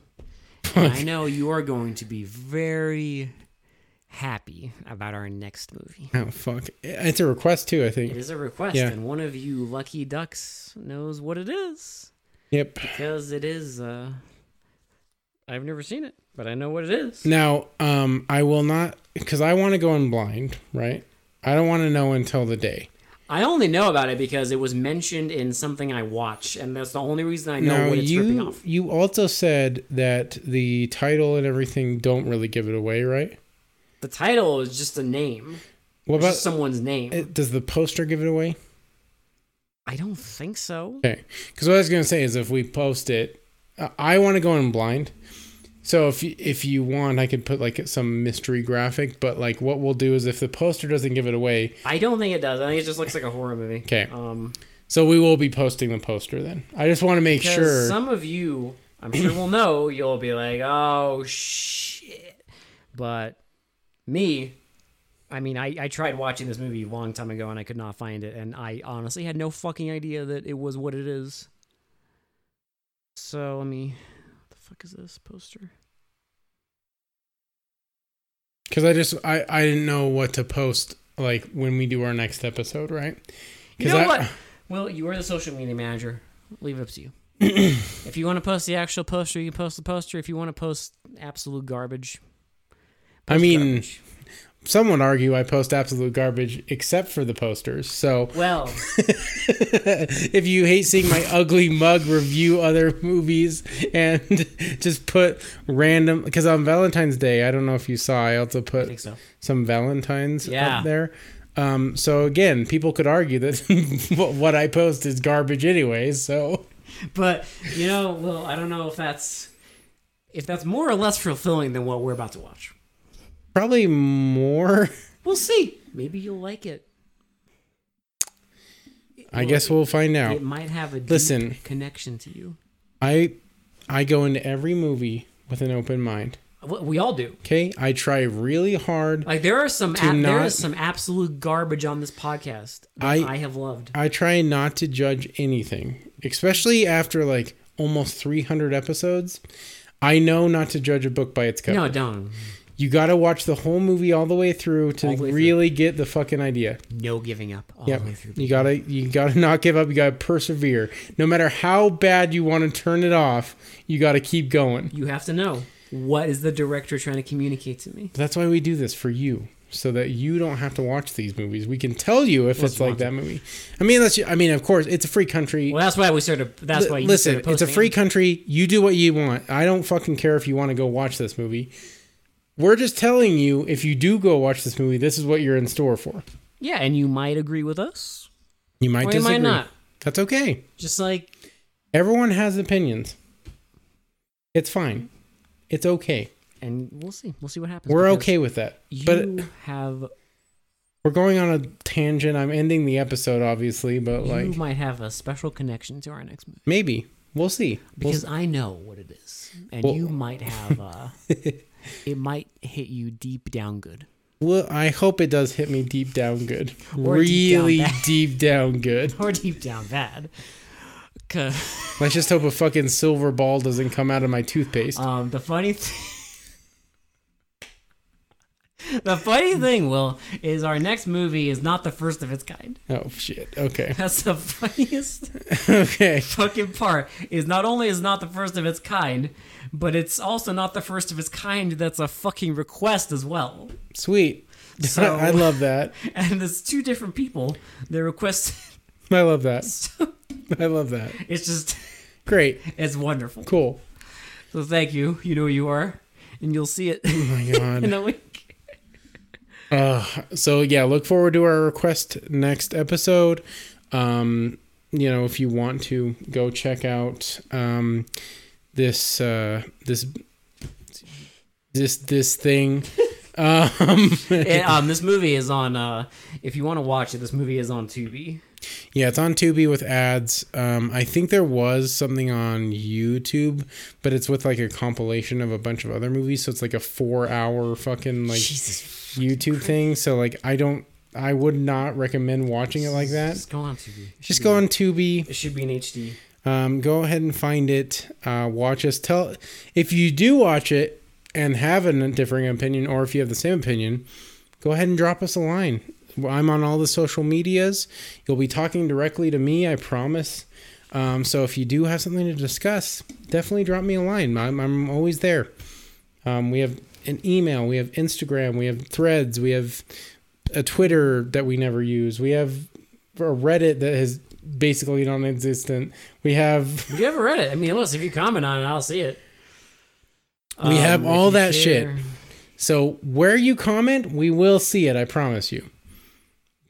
D: And I know you are going to be very happy about our next movie.
C: Oh fuck! It's a request too. I
D: It
C: think.
D: is a request,
C: Yeah.
D: and one of you lucky ducks knows what it is
C: Yep.
D: because it is. uh I've never seen it, but I know what it is.
C: Now, um, I will not because I want to go in blind. Right. I don't want to know until the day.
D: I only know about it because it was mentioned in something I watch, and that's the only reason I know
C: now
D: what it's ripping
C: you
D: off.
C: you also said that the title and everything don't really give it away, right?
D: The title is just a name,
C: What
D: it's
C: about
D: just someone's name.
C: it, does the poster give it away?
D: I don't think so.
C: Okay. Because what I was gonna say is if we post it, uh, I want to go in blind. So if you, if you want, I could put like some mystery graphic. But like what we'll do is if the poster doesn't give it away,
D: I don't think it does. I think it just looks like a horror movie.
C: 'Kay.
D: Um,
C: so we will be posting the poster then. I just want to make
D: 'cause
C: sure.
D: Some of you, I'm sure, will know. You'll be like, "Oh shit," but me, I mean, I, I tried watching this movie a long time ago and I could not find it, and I honestly had no fucking idea that it was what it is. So let me. What the fuck is this poster?
C: because I just I I didn't know what to post like when we do our next episode, right?
D: You
C: 'Cause
D: know
C: I-
D: what? Well, you are the social media manager. Leave it up to you. if you want to post the actual poster, you can post the poster. If you want to post absolute garbage,
C: I mean,
D: garbage.
C: some would argue I post absolute garbage except for the posters. So
D: well,
C: if you hate seeing my ugly mug review other movies and just put random, because on Valentine's Day, I don't know if you saw, I also
D: I think
C: put
D: so.
C: some Valentines
D: Yeah.
C: up there. Um, so again, people could argue that what- what I post is garbage anyway. So
D: But you know, well, I don't know if that's if that's more or less fulfilling than what we're about to watch.
C: probably more.
D: We'll see. Maybe you'll like it.
C: I guess we'll find out.
D: It might have a deep
C: Listen.
D: connection to you.
C: I I go into every movie with an open mind.
D: W- We all do.
C: Okay, I try really hard.
D: Like there are some ab- there
C: not-
D: is some absolute garbage on this podcast that I,
C: I-
D: have loved.
C: I try not to judge anything, especially after like almost 300 episodes. I know not to judge a book by its cover.
D: No, don't.
C: You got to watch the whole movie all the way through to
D: All the way through.
C: really get the fucking idea.
D: No giving up all
C: Yep.
D: the way through.
C: You got to you got to not give up. You got to persevere. No matter how bad you want to turn it off, you got to keep going.
D: You have to know what is the director trying to communicate to me.
C: That's why we do this for you so that you don't have to watch these movies. We can tell you if
D: Unless
C: it's
D: you
C: like
D: want to.
C: that movie. I mean, unless you, I mean, of course, it's a free country.
D: Well, that's why we started. That's
C: Li-
D: why you
C: listen,
D: started
C: it's a
D: posting
C: free
D: them.
C: country. You do what you want. I don't fucking care if you want to go watch this movie. We're just telling you if you do go watch this movie, this is what you're in store for.
D: Yeah, and you might agree with us,
C: You might
D: or you
C: disagree.
D: might not.
C: That's okay.
D: Just like
C: Everyone has opinions. It's fine. It's okay.
D: and we'll see. We'll see what happens.
C: We're
D: because
C: okay with that.
D: You
C: But
D: have
C: we're going on a tangent. I'm ending the episode obviously, but
D: you
C: like
D: might have a special connection to our next movie
C: maybe we'll see. We'll
D: because I know what it is, and
C: Well-
D: you might have. Uh, it might hit you deep down good.
C: Well, I hope it does hit me deep down good.
D: Or deep down
C: really
D: bad.
C: deep down good.
D: Or deep down bad. 'Cause-
C: Let's just hope a fucking silver ball doesn't come out of my toothpaste.
D: Um, the funny thing. the funny thing, Will, is our next movie is not the first of its kind.
C: oh shit. Okay.
D: That's the funniest
C: okay.
D: fucking part. Is not only is not the first of its kind, but it's also not the first of its kind. That's a fucking request as well.
C: Sweet.
D: So-
C: I love that.
D: And it's two different people. They request.
C: I love that. I love that.
D: It's just,
C: Great.
D: it's wonderful.
C: Cool.
D: So thank you. You know who you are, and you'll see it
C: Oh my
D: in
C: god.
D: a week.
C: So yeah, look forward to our request next episode. Um, you know, if you want to go check out um this uh this this this thing. Um
D: And, um, this movie is on. Uh, if you want to watch it, this movie is on Tubi.
C: Yeah, it's on Tubi with ads. Um, I think there was something on YouTube, but it's with like a compilation of a bunch of other movies. So it's like a four hour fucking like
D: Jesus.
C: YouTube thing. So like I don't I would not recommend watching it like that.
D: Just go on TV. It
C: Just
D: should
C: go
D: be-
C: on Tubi.
D: It should be in HD.
C: Um, go ahead and find it. Uh, watch us. Tell if you do watch it and have a differing opinion, or if you have the same opinion, go ahead and drop us a line. I'm on all the social medias. You'll be talking directly to me, I promise. Um, so if you do have something to discuss, definitely drop me a line. I'm, I'm always there. Um, we have an email, we have Instagram, we have threads, we have a Twitter that we never use, we have a Reddit that is basically non existent. We have
D: If you ever read it, I mean, unless if you comment on it, I'll see it.
C: We have
D: Um, if
C: all
D: you
C: that shit. so where you comment, we will see it, I promise you.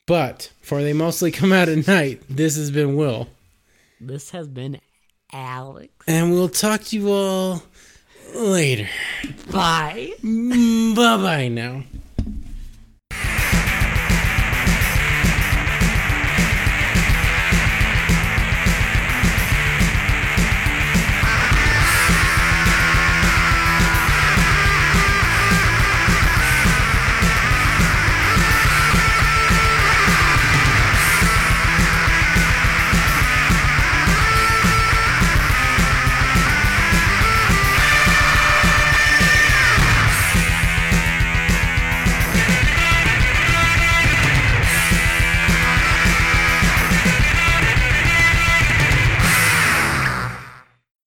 C: But for they mostly come out at night, this has been Will.
D: This has been Alex.
C: And we'll talk to you all later.
D: Bye.
C: Bye bye now.